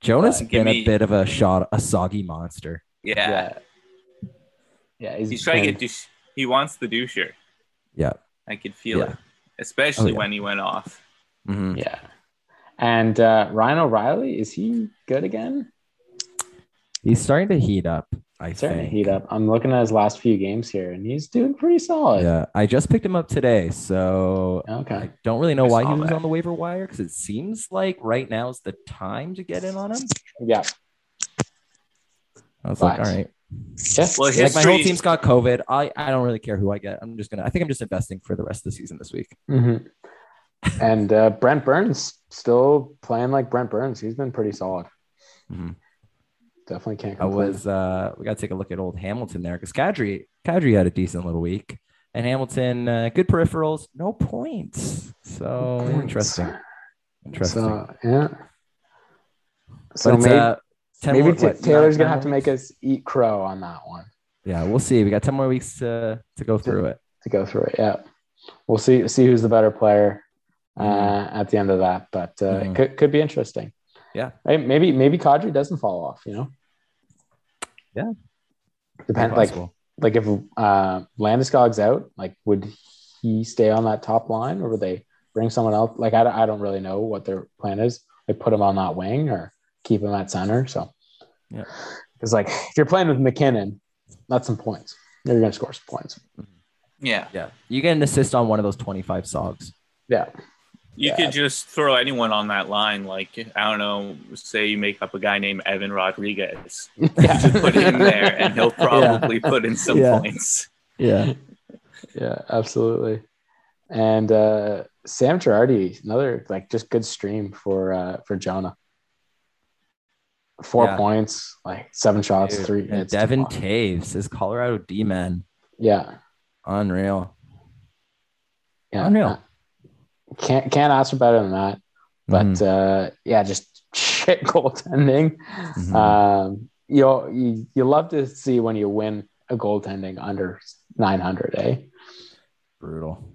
Speaker 1: Jonah's
Speaker 3: Give
Speaker 1: been
Speaker 3: me-
Speaker 1: a bit of a shot, a soggy monster.
Speaker 3: Yeah,
Speaker 2: yeah, he's,
Speaker 3: he's trying to
Speaker 2: been-
Speaker 3: get. Douche- he wants the doucher.
Speaker 1: Yeah.
Speaker 3: I could feel
Speaker 1: Yeah. Oh,
Speaker 3: it, especially
Speaker 1: yeah.
Speaker 3: when he went off.
Speaker 1: Mhm.
Speaker 2: Yeah, and uh, Ryan O'Reilly is he good again?
Speaker 1: He's starting to heat up. I
Speaker 2: He's starting to
Speaker 1: think.
Speaker 2: heat up. I'm looking at his last few games here, and he's doing pretty solid.
Speaker 1: Yeah, I just picked him up today, so
Speaker 2: Okay.
Speaker 1: I don't really know
Speaker 3: I
Speaker 1: why
Speaker 3: saw
Speaker 1: he was
Speaker 3: that.
Speaker 1: on the waiver wire because it seems like right now is the time to get in on him.
Speaker 2: Yeah.
Speaker 1: I was like,
Speaker 2: Facts.
Speaker 1: all right,
Speaker 2: Yeah.
Speaker 3: Well,
Speaker 2: Yeah.
Speaker 1: like my whole
Speaker 3: History-
Speaker 1: team's got COVID. I I don't really care who I get. I'm just gonna. I think I'm just investing for the rest of the season this week.
Speaker 2: Mhm. And uh, Brent Burns still playing like Brent Burns. He's been pretty solid.
Speaker 1: Mhm.
Speaker 2: Definitely can't
Speaker 1: I
Speaker 2: complain.
Speaker 1: was. uh We got to take a look at old Hamilton there because Kadri Kadri had a decent little week, and Hamilton uh, good peripherals, no points. So
Speaker 2: Points.
Speaker 1: uh, interesting, interesting.
Speaker 2: So yeah. So
Speaker 1: but it's,
Speaker 2: maybe,
Speaker 1: uh, 10
Speaker 2: maybe
Speaker 1: more-
Speaker 2: Ta-
Speaker 1: what,
Speaker 2: Taylor's
Speaker 1: nine-
Speaker 2: gonna
Speaker 1: nine
Speaker 2: have to
Speaker 1: more
Speaker 2: make
Speaker 1: weeks?
Speaker 2: us eat crow on that one
Speaker 1: Yeah, we'll see. We got ten more weeks to to go through it.
Speaker 2: to go through it. Yeah, we'll see see who's the better player uh, at the end of that, but uh, it
Speaker 1: Mhm.
Speaker 2: could could be interesting.
Speaker 1: Mm-hmm. Yeah.
Speaker 2: Hey, maybe maybe Kadri doesn't fall off. You know.
Speaker 1: Yeah.
Speaker 2: Depend like
Speaker 1: Possible.
Speaker 2: like if uh, Landeskog's out, like would he stay on that top line or would they bring someone else? Like I, don't- I don't really know what their plan is. Like put him on that wing or keep him at center. So
Speaker 1: Yeah.
Speaker 2: because like if you're playing with McKinnon, that's some points. You're gonna score some points.
Speaker 3: Yeah,
Speaker 1: Yeah, you get an assist on one of those 25 sogs.
Speaker 2: Yeah,
Speaker 3: you
Speaker 2: Yeah.
Speaker 3: could just throw anyone on that line. Like I don't know, say you make up a guy named Evan Rodriguez,
Speaker 2: yeah,
Speaker 3: put him there, and he'll probably put in some
Speaker 1: Yeah.
Speaker 3: points.
Speaker 1: Yeah.
Speaker 2: yeah, absolutely. And uh, Sam Girardi, another like just good stream for uh, for Jonah. Four
Speaker 1: Yeah.
Speaker 2: points, like seven shots, three.
Speaker 1: and
Speaker 2: hits, two
Speaker 1: Devin
Speaker 2: blocks.
Speaker 1: Taves is Colorado D man.
Speaker 2: yeah.
Speaker 1: Unreal.
Speaker 2: Yeah.
Speaker 1: Unreal.
Speaker 2: Uh, Can't can't ask for better than that. But
Speaker 1: Mhm.
Speaker 2: uh, yeah, just shit goaltending.
Speaker 1: Mhm.
Speaker 2: Um, you you you love to see when you win a goaltending under 900, eh?
Speaker 1: brutal.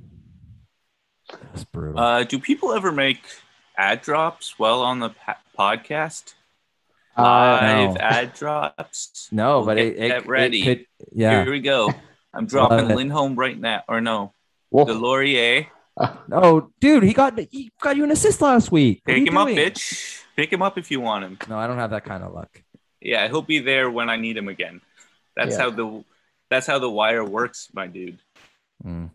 Speaker 1: That's brutal.
Speaker 3: Uh, do people ever make ad drops while on the pa- podcast?
Speaker 2: Uh,
Speaker 3: Live
Speaker 1: No.
Speaker 3: ad drops.
Speaker 1: no,
Speaker 3: we'll
Speaker 1: but
Speaker 3: get
Speaker 1: it, it,
Speaker 3: that
Speaker 1: it
Speaker 3: ready.
Speaker 1: could, yeah.
Speaker 3: Here we go. I'm dropping
Speaker 1: it.
Speaker 3: Lindholm right now, or no,
Speaker 2: whoa.
Speaker 3: Delorier.
Speaker 1: Oh, dude, he got he got you an assist last week. What are
Speaker 3: Pick
Speaker 1: you
Speaker 3: him up,
Speaker 1: doing?
Speaker 3: bitch. Pick him up if you want him.
Speaker 1: No, I don't have that kind of luck.
Speaker 3: Yeah, he'll be there when I need him again. That's
Speaker 2: Yeah.
Speaker 3: how the that's how the wire works, my dude.
Speaker 1: Mm.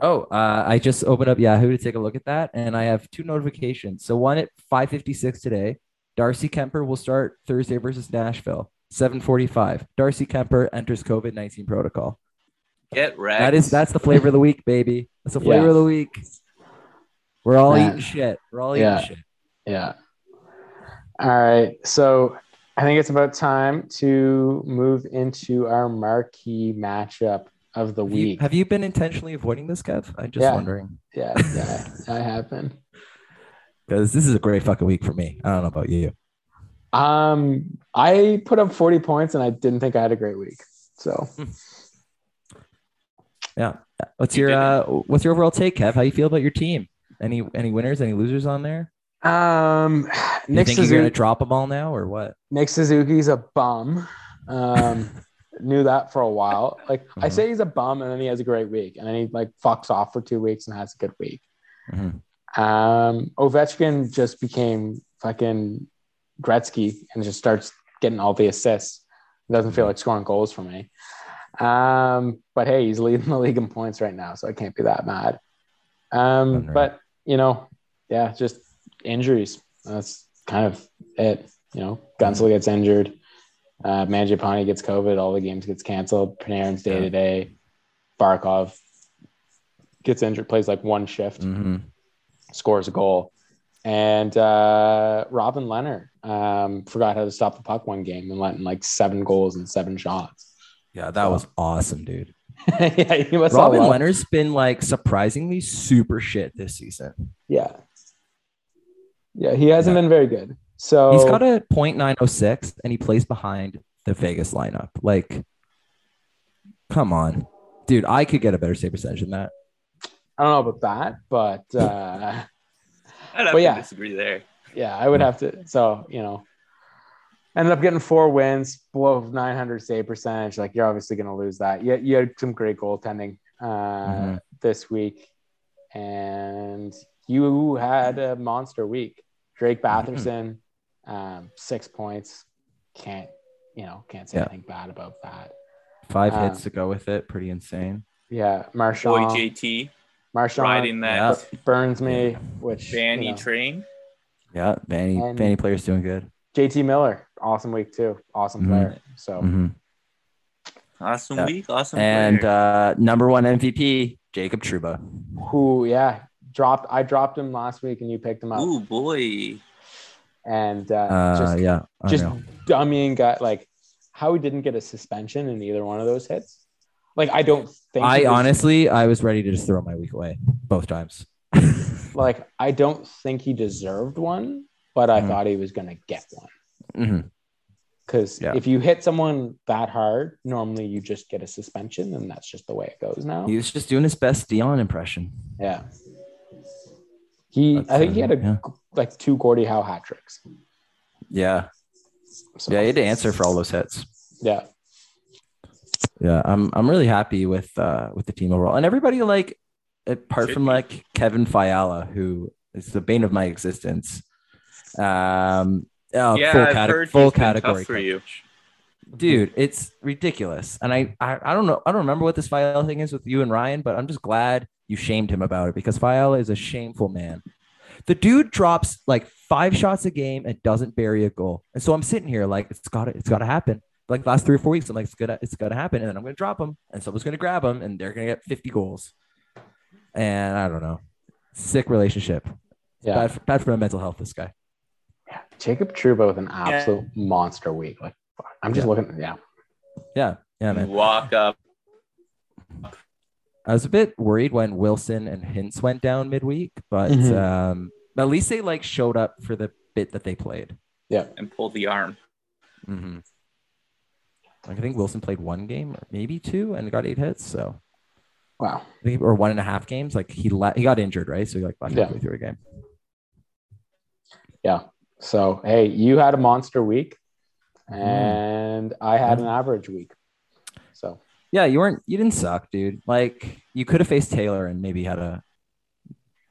Speaker 1: Oh, uh, I just opened up Yahoo to take a look at that, and I have two notifications. So one at 5:56 today, Darcy Kemper will start Thursday versus Nashville. 7:45, Darcy Kemper enters COVID-19 protocol.
Speaker 3: Get ready.
Speaker 1: That is that's the flavor of the week, baby. That's the flavor
Speaker 2: Yeah.
Speaker 1: of the week. We're all
Speaker 2: Man.
Speaker 1: eating shit. We're all
Speaker 2: Yeah.
Speaker 1: eating shit.
Speaker 2: Yeah. All right. So I think it's about time to move into our marquee matchup of the
Speaker 1: Have you,
Speaker 2: week.
Speaker 1: have you been intentionally avoiding this, Kev? I'm just
Speaker 2: Yeah.
Speaker 1: wondering
Speaker 2: yeah, yeah, that happened.
Speaker 1: because this is a great fucking week for me. I don't know about you.
Speaker 2: Um, I put up 40 points and I didn't think I had a great week. So
Speaker 1: What's
Speaker 3: You
Speaker 1: your
Speaker 3: did it.
Speaker 1: uh, what's your overall take, Kev? How you feel about your team? Any any winners? Any losers on there?
Speaker 2: um
Speaker 1: You
Speaker 2: Nick
Speaker 1: think you're gonna
Speaker 2: Suzuki,
Speaker 1: drop them all now or what?
Speaker 2: Nick Suzuki's a bum. Um knew that for a while. Like I
Speaker 1: Mhm.
Speaker 2: say he's a bum and then he has a great week and then he like fucks off for two weeks and has a good week.
Speaker 1: Mhm.
Speaker 2: Um, Ovechkin just became fucking Gretzky and just starts getting all the assists. Doesn't feel like scoring goals for me. Um, but hey, he's leading the league in points right now, so I can't be that mad. Um,
Speaker 1: Unreal.
Speaker 2: but you know, yeah, just injuries. That's kind of it. You know, Gunsel gets injured. Uh, Mangiapane gets COVID. All the games gets canceled. Panarin's day to day. Barkov gets injured. Plays like one shift
Speaker 1: Mhm.
Speaker 2: scores a goal. And uh, Robin Leonard um, forgot how to stop the puck one game and let in like seven goals and seven shots.
Speaker 1: Yeah, that was awesome, dude.
Speaker 2: yeah, he must all
Speaker 1: Robin
Speaker 2: love-
Speaker 1: Leonard's been like surprisingly super shit this season.
Speaker 2: Yeah, yeah, he hasn't
Speaker 1: Yeah.
Speaker 2: been very good. So
Speaker 1: He's got a .906 and he plays behind the Vegas lineup. Like, come on, dude. I could get a better save percentage than that.
Speaker 2: I don't know about that, but uh,
Speaker 3: I'd
Speaker 2: But
Speaker 3: have to
Speaker 2: yeah.
Speaker 3: disagree there.
Speaker 2: yeah, I would have to. So you know, ended up getting four wins, below 900 save percentage. Like you're obviously going to lose that. You, you had some great goaltending uh,
Speaker 1: Mhm.
Speaker 2: this week, and you had a monster week. Drake Batherson, um, six points. Can't you know? Can't say
Speaker 1: Yeah.
Speaker 2: anything bad about that.
Speaker 1: Five
Speaker 2: Uh,
Speaker 1: hits to go with it. Pretty insane.
Speaker 2: Yeah,
Speaker 3: Boy
Speaker 2: Marshawn.
Speaker 3: JT
Speaker 2: Marshawn
Speaker 3: riding that
Speaker 2: burns me, which you
Speaker 3: Vanny
Speaker 2: know.
Speaker 3: train.
Speaker 1: Yeah, Vanny
Speaker 2: And-
Speaker 1: Vanny player's doing good.
Speaker 2: JT Miller, awesome week too. Awesome
Speaker 1: Mhm.
Speaker 2: player. So.
Speaker 1: Mhm.
Speaker 3: Awesome
Speaker 1: Yeah.
Speaker 3: week, awesome
Speaker 1: And
Speaker 3: player.
Speaker 1: uh, number one MVP, Jacob Truba.
Speaker 2: who yeah dropped i dropped him last week and you picked him up
Speaker 3: Ooh boy.
Speaker 2: and uh,
Speaker 1: Uh,
Speaker 2: just
Speaker 1: yeah,
Speaker 2: just
Speaker 1: unreal.
Speaker 2: dummying got like how he didn't get a suspension in either one of those hits like i don't think
Speaker 1: I
Speaker 2: it was-
Speaker 1: honestly, I was ready to just throw my week away both times.
Speaker 2: like i don't think he deserved one but i
Speaker 1: Mhm.
Speaker 2: thought he was gonna get one Mm-hmm.
Speaker 1: Mhm.
Speaker 2: because
Speaker 1: Yeah.
Speaker 2: if you hit someone that hard normally you just get a suspension and that's just the way it goes now
Speaker 1: He was just doing his best Dion impression.
Speaker 2: yeah he
Speaker 1: That's,
Speaker 2: i think he
Speaker 1: uh,
Speaker 2: had a
Speaker 1: yeah.
Speaker 2: like two gordie howe hat tricks
Speaker 1: Yeah,
Speaker 2: so,
Speaker 1: yeah, he had to answer for all those hits.
Speaker 2: yeah
Speaker 1: Yeah, I'm I'm really happy with uh with the team overall and everybody like apart from like Kevin Fiala who is the bane of my existence. Um, oh,
Speaker 3: yeah,
Speaker 1: full,
Speaker 3: I've
Speaker 1: cate-
Speaker 3: heard
Speaker 1: full
Speaker 3: he's been
Speaker 1: category
Speaker 3: tough for you.
Speaker 1: dude it's ridiculous and I, I i don't know i don't remember what this Fiala thing is with you and ryan but i'm just glad you shamed him about it because Fiala is a shameful man the dude drops like five shots a game and doesn't bury a goal and so i'm sitting here like it's gotta it's gotta happen like last three or four weeks i'm like it's gonna it's gonna happen and then i'm gonna drop him and someone's gonna grab him and they're gonna get 50 goals and i don't know sick relationship
Speaker 2: yeah
Speaker 1: bad, for, bad for my mental health this guy
Speaker 2: Yeah, Jacob Truba with an absolute monster week. Like, fuck. I'm just looking. Yeah,
Speaker 1: yeah man
Speaker 3: Walk up
Speaker 2: Mm-hmm.
Speaker 1: I was a bit worried when Wilson and Hints went down midweek, but
Speaker 2: Mhm.
Speaker 1: um, at least they like showed up for the bit that they played.
Speaker 3: and pull the arm.
Speaker 1: Mm-hmm. I think Wilson played one game or maybe two and got eight hits. So
Speaker 2: Wow.
Speaker 1: I think or one and a half games. Like he la- he got injured, right? So he like left
Speaker 2: Yeah.
Speaker 1: halfway through a game.
Speaker 2: So hey, you had a monster week, and
Speaker 1: Mm.
Speaker 2: I had an average week. So
Speaker 1: Yeah, you weren't you didn't suck, dude. Like you could have faced Taylor and maybe had a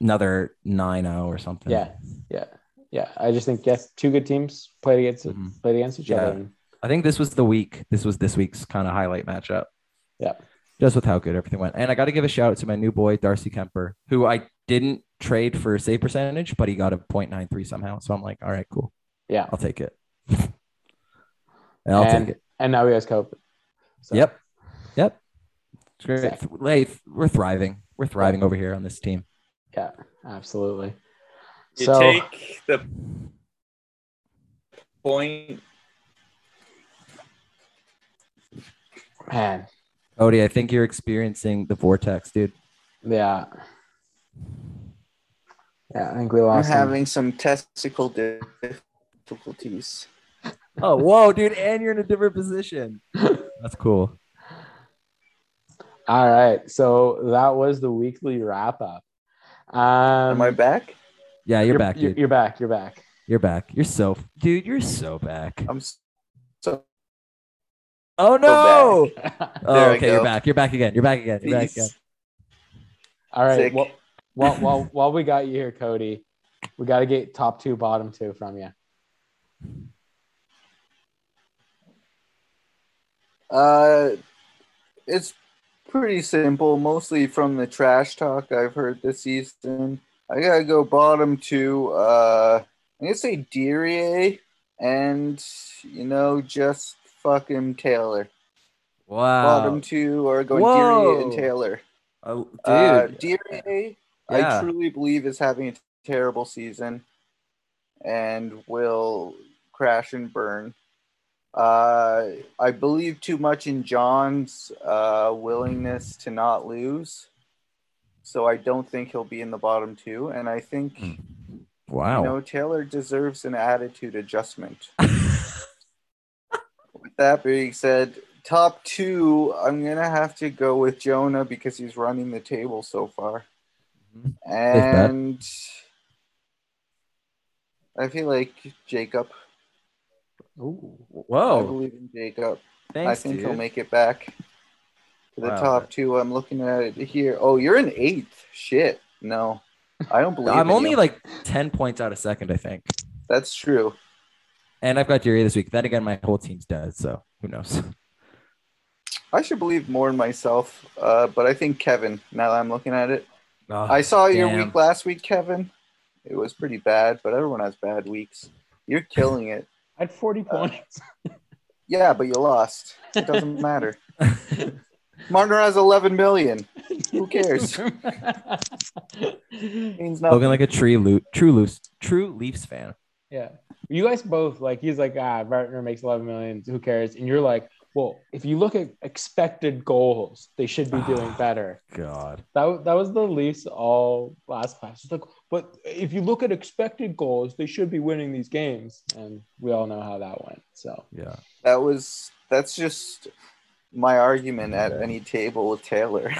Speaker 1: another 9-0 or something.
Speaker 2: yeah, yeah, yeah. I just think yes, two good teams played against
Speaker 1: Mhm.
Speaker 2: played against each
Speaker 1: Yeah.
Speaker 2: other. And
Speaker 1: I think this was the week. This was this week's kind of highlight matchup.
Speaker 2: Yeah.
Speaker 1: Just with how good everything went. And I got to give a shout out to my new boy, Darcy Kemper, who I didn't trade for save percentage, but he got a 0.93 somehow. So I'm like, all right, cool.
Speaker 2: yeah,
Speaker 1: I'll take it. And I'll
Speaker 2: and,
Speaker 1: take it.
Speaker 2: and now he has COVID. So,
Speaker 1: Yep. Yep. It's great.
Speaker 2: Exactly.
Speaker 1: Th- Hey, th- we're thriving. We're thriving over here on this team.
Speaker 2: Yeah, absolutely.
Speaker 3: You
Speaker 2: so
Speaker 3: take the point.
Speaker 2: man,
Speaker 1: Odie, I think you're experiencing the vortex, dude.
Speaker 2: yeah, yeah. I think we
Speaker 5: I'm
Speaker 2: lost. him.
Speaker 5: having some testicle difficulties.
Speaker 1: Oh, whoa, dude. And you're in a different position. That's cool.
Speaker 2: All right. So that was the weekly wrap up. Um,
Speaker 5: Am I back?
Speaker 1: Yeah, you're, back,
Speaker 2: You're,
Speaker 1: dude.
Speaker 2: you're back. You're back.
Speaker 1: You're back. You're so dude. You're so back.
Speaker 5: I'm s- so
Speaker 1: Oh no!
Speaker 5: There
Speaker 1: Oh,
Speaker 5: we
Speaker 1: okay, you're
Speaker 5: go.
Speaker 1: back. You're back again. You're back again. You're back again.
Speaker 5: please.
Speaker 2: All right.
Speaker 5: Sick.
Speaker 2: Well, while, while, while we got you here, Cody, we got to get top two, bottom two from you.
Speaker 5: Uh, it's pretty simple, mostly from the trash talk I've heard this season. I gotta go bottom two. Uh, I'm gonna say Deere and you know just fucking Taylor.
Speaker 1: Wow,
Speaker 5: Bottom two are going
Speaker 1: Whoa.
Speaker 5: Deere and Taylor.
Speaker 1: Oh, dude.
Speaker 5: Uh, Deere,
Speaker 1: Yeah.
Speaker 5: I truly believe is having a terrible season and will crash and burn. Uh, I believe too much in John's uh, willingness to not lose. So I don't think he'll be in the bottom two. And I think,
Speaker 1: Hmm.
Speaker 5: you
Speaker 1: wow.
Speaker 5: know, Taylor deserves an attitude adjustment. With that being said, top two, I'm going to have to go with Jonah because he's running the table so far.
Speaker 1: Mhm. bet.
Speaker 5: And I feel like Jacob. I
Speaker 1: Whoa.
Speaker 5: believe in Jacob. I
Speaker 1: Oh. Thanks,
Speaker 5: think
Speaker 1: dude.
Speaker 5: he'll make it back to the
Speaker 1: Wow.
Speaker 5: top two. I'm looking at it here. Oh, you're an eighth. Shit. No, I don't believe.
Speaker 1: I'm
Speaker 5: in
Speaker 1: only
Speaker 5: you.
Speaker 1: like ten points out of second, I think.
Speaker 5: That's true.
Speaker 1: And I've got Deary this week. Then again, my whole team's dead, so who knows?
Speaker 5: I should believe more in myself, uh, but I think Kevin. Now that I'm looking at it,
Speaker 1: Oh,
Speaker 5: I saw your
Speaker 1: damn.
Speaker 5: week last week, Kevin. It was pretty bad, but everyone has bad weeks. You're killing it.
Speaker 2: I had 40
Speaker 5: Uh,
Speaker 2: points.
Speaker 5: Yeah, but you lost. It doesn't matter. Marner has 11 million. Who cares? Means nothing.
Speaker 1: Looking like a tree loot, true loose, true Leafs fan.
Speaker 2: yeah. You guys both, like, he's like, ah, Vartner makes 11 million. Who cares? And you're like, well, if you look at expected goals, they should be doing better.
Speaker 1: God.
Speaker 2: That, wa- that was the Leafs all last class. It's like, but if you look at expected goals, they should be winning these games. And we all know how that went. So,
Speaker 1: Yeah.
Speaker 5: that was that's just my argument at any table with Taylor.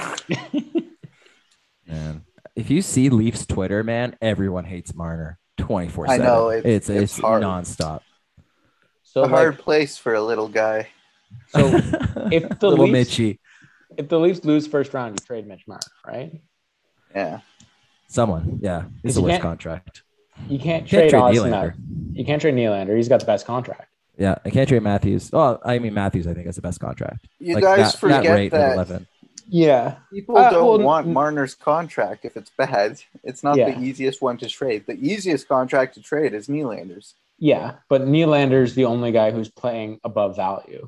Speaker 1: Man. If you see Leafs Twitter, man, everyone hates Marner 24 7.
Speaker 5: I know, it's-
Speaker 1: it's,
Speaker 5: it's hard.
Speaker 1: nonstop.
Speaker 2: so
Speaker 5: a hard
Speaker 2: like,
Speaker 5: place for a little guy.
Speaker 2: so if the
Speaker 1: Little
Speaker 2: Leafs-
Speaker 1: Mitchy,
Speaker 2: if the Leafs lose first round, you trade Mitch Marner, right?
Speaker 5: Yeah.
Speaker 1: someone, yeah, it's the
Speaker 2: you
Speaker 1: worst
Speaker 2: can't
Speaker 1: contract.
Speaker 2: You can't
Speaker 1: Can't
Speaker 2: trade,
Speaker 1: trade
Speaker 2: Austin.
Speaker 1: Nylander.
Speaker 2: Matthews. You can't trade Nylander. He's got the best contract.
Speaker 1: Yeah, I can't trade Matthews. Oh, I mean Matthews. I think is the best contract.
Speaker 5: You guys
Speaker 1: that,
Speaker 5: forget
Speaker 1: that rate at
Speaker 5: that,
Speaker 1: eleven.
Speaker 2: Yeah.
Speaker 5: people
Speaker 2: Uh,
Speaker 5: don't
Speaker 2: well,
Speaker 5: want
Speaker 2: n-
Speaker 5: Marner's contract if it's bad. It's not
Speaker 2: Yeah.
Speaker 5: the easiest one to trade. The easiest contract to trade is Nylander's.
Speaker 2: Yeah. But Nylander's the only guy who's playing above value.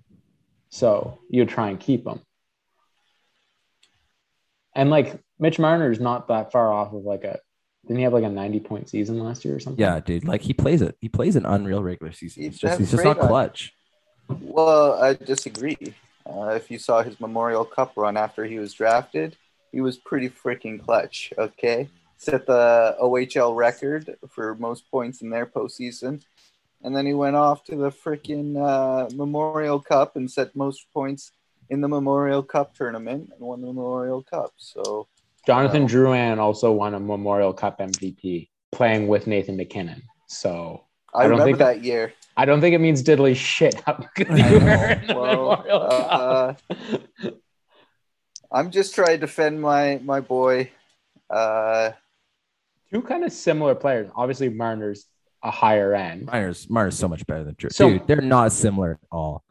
Speaker 2: So you try and keep him. And like Mitch Marner's not that far off of like a didn't he have like a 90 point season last year or something?
Speaker 1: Yeah, dude. Like he plays it. He plays an unreal regular season.
Speaker 5: He
Speaker 1: He's just
Speaker 5: does
Speaker 1: he's just
Speaker 5: great
Speaker 1: not
Speaker 5: on-
Speaker 1: clutch.
Speaker 5: Well, I disagree. Uh, if you saw his Memorial Cup run after he was drafted, he was pretty freaking clutch. Okay, set the OHL record for most points in their postseason, and then he went off to the freaking uh, Memorial Cup and set most points in the Memorial Cup tournament and won the Memorial Cup. So
Speaker 2: Jonathan
Speaker 5: Wow.
Speaker 2: Drouin also won a Memorial Cup MVP playing with Nathan McKinnon. So
Speaker 5: I,
Speaker 2: I don't
Speaker 5: remember
Speaker 2: think
Speaker 5: that year.
Speaker 2: I don't think it means diddly shit how good you were in the
Speaker 5: Well,
Speaker 2: Memorial
Speaker 5: uh,
Speaker 2: Cup.
Speaker 5: I'm just trying to defend my my boy. Uh,
Speaker 2: Two kind of similar players. Obviously, Marner's a higher end.
Speaker 1: Myers, Myers so much better than Drew.
Speaker 2: So-
Speaker 1: Dude, they're not similar at all.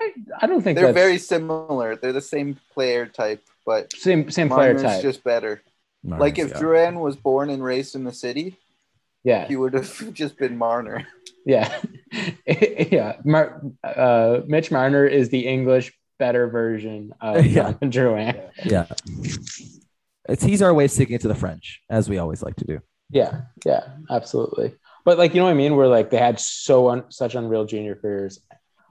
Speaker 2: I, I don't think
Speaker 5: they're
Speaker 2: that's
Speaker 5: very similar. They're the same player type, but
Speaker 2: same same player
Speaker 5: Marner's
Speaker 2: type.
Speaker 5: just better.
Speaker 1: Myers,
Speaker 5: Like if
Speaker 1: yeah.
Speaker 5: Duran was born and raised in the city,
Speaker 2: yeah,
Speaker 5: he would have just been Marner.
Speaker 2: yeah, yeah. Mar- uh, Mitch Marner is the English better version of
Speaker 1: Yeah.
Speaker 2: Jonathan Drouin.
Speaker 1: yeah, it's he's our way of sticking it to the French, as we always like to do.
Speaker 2: Yeah, yeah, absolutely. But like, you know what I mean? Where like they had so un- such unreal junior careers.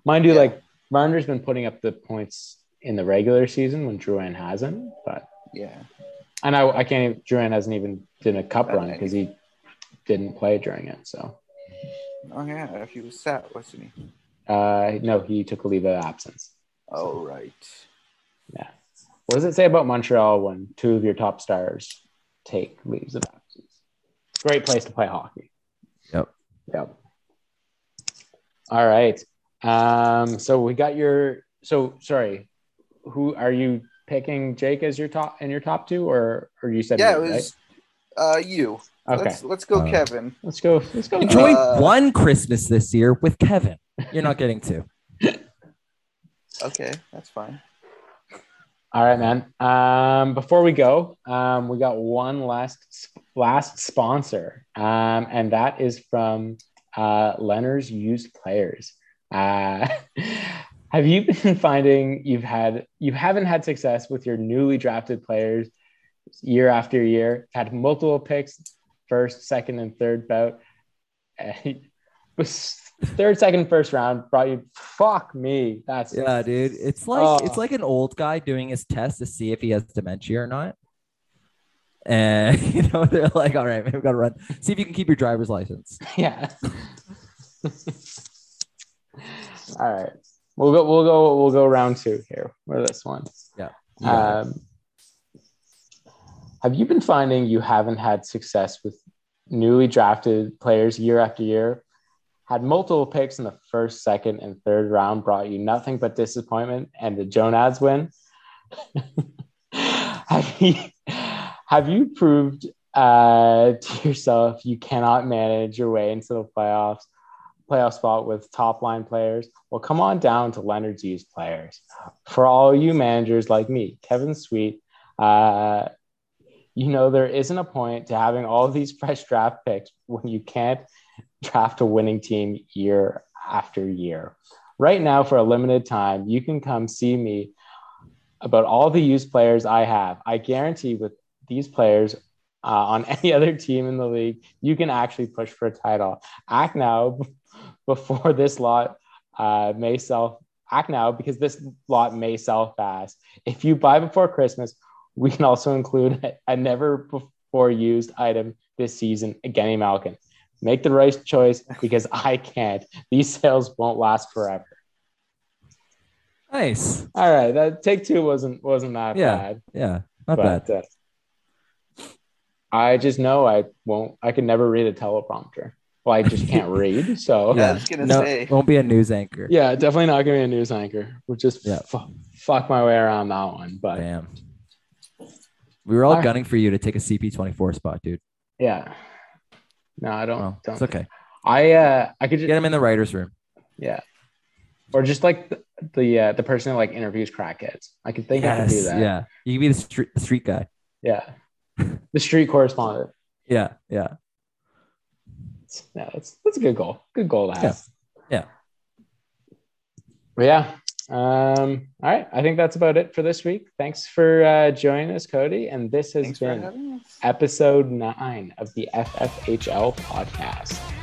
Speaker 2: Mind you,
Speaker 5: Yeah.
Speaker 2: like Marner's been putting up the points in the regular season when Drouin hasn't. But
Speaker 5: Yeah,
Speaker 2: and I, I can't. Even, Drouin hasn't even did a cup
Speaker 5: Right.
Speaker 2: run because he didn't play during it. So
Speaker 5: oh yeah, he was sat, wasn't he?
Speaker 2: uh, no, he took a leave of absence.
Speaker 5: Oh right.
Speaker 2: Yeah. What does it say about Montreal when two of your top stars take leaves of absence? Great place to play hockey.
Speaker 1: Yep.
Speaker 2: Yep. All right. Um, so we got your so sorry. Who are you picking Jake as your top in your top two or or you said
Speaker 5: Yeah, it
Speaker 2: me,
Speaker 5: was uh, you.
Speaker 2: right? Okay.
Speaker 5: Let's let's go,
Speaker 1: Uh,
Speaker 5: Kevin.
Speaker 2: Let's go. Let's go.
Speaker 1: Enjoy
Speaker 2: Jake.
Speaker 5: Uh,
Speaker 1: one Christmas this year with Kevin. You're not getting two.
Speaker 5: Okay, that's fine.
Speaker 2: All right, man. Um, before we go, um, we got one last last sponsor, um, and that is from uh, Leonard's Used Players. Uh, have you been finding you've had you haven't had success with your newly drafted players year after year? Had multiple picks, first, second, and third bout. And was third, second, first round brought you. Fuck me. That's
Speaker 1: Yeah, dude. It's like
Speaker 2: Oh.
Speaker 1: it's like an old guy doing his test to see if he has dementia or not. And you know, they're like, all right, maybe we gotta run. See if you can keep your driver's license.
Speaker 2: yeah. All right. We'll go. We'll go. We'll go round two here for this one.
Speaker 1: Uh,
Speaker 2: Um, have you been finding you haven't had success with newly drafted players year after year? Had multiple picks in the first, second, and third round brought you nothing but disappointment and the Jonads win? have, you, have you proved uh, to yourself you cannot manage your way into the playoffs, playoff spot with top line players? Well, come on down to Leonard's used players for all you managers like me, Kevin Sweet, uh, you know there isn't a point to having all these fresh draft picks when you can't draft a winning team year after year. Right now, for a limited time, you can come see me about all the used players I have. I guarantee with these players uh, on any other team in the league, you can actually push for a title. Act now before this lot uh, may sell act now because this lot may sell fast. If you buy before Christmas, we can also include a never before used item this season, Genny Malkin. Make the right choice because I can't. These sales won't last forever.
Speaker 1: Nice.
Speaker 2: All right, that take two wasn't wasn't that
Speaker 1: Yeah,
Speaker 2: bad.
Speaker 1: Yeah, not bad.
Speaker 2: but, uh, I just know I won't. I can never read a teleprompter. Well, I just can't read. So
Speaker 5: Yeah, I was gonna
Speaker 1: No,
Speaker 5: say.
Speaker 1: won't be a news anchor.
Speaker 2: yeah, definitely not gonna be a news anchor. We'll just
Speaker 1: Yeah.
Speaker 2: fu- fuck my way around that one. But
Speaker 1: Damn. We were all
Speaker 2: Alright.
Speaker 1: gunning for you to take a CP24 spot, dude.
Speaker 2: Yeah. No, I don't.
Speaker 1: Well,
Speaker 2: don't.
Speaker 1: it's okay.
Speaker 2: I uh, I could just
Speaker 1: Get him in the writers' room.
Speaker 2: yeah, or just like the the, uh, the person that like interviews crackheads. I could think I could do
Speaker 1: Yes,
Speaker 2: that.
Speaker 1: yeah. You can be the street, the street guy.
Speaker 2: yeah. The street correspondent.
Speaker 1: Yeah, yeah.
Speaker 2: No, that's that's a good goal. Good goal to have.
Speaker 1: Yeah.
Speaker 2: But yeah. Um. All right. I think that's about it for this week. Thanks for uh, joining us, Cody. And this has
Speaker 5: Thanks for
Speaker 2: been
Speaker 5: having us.
Speaker 2: episode nine of the FFHL podcast.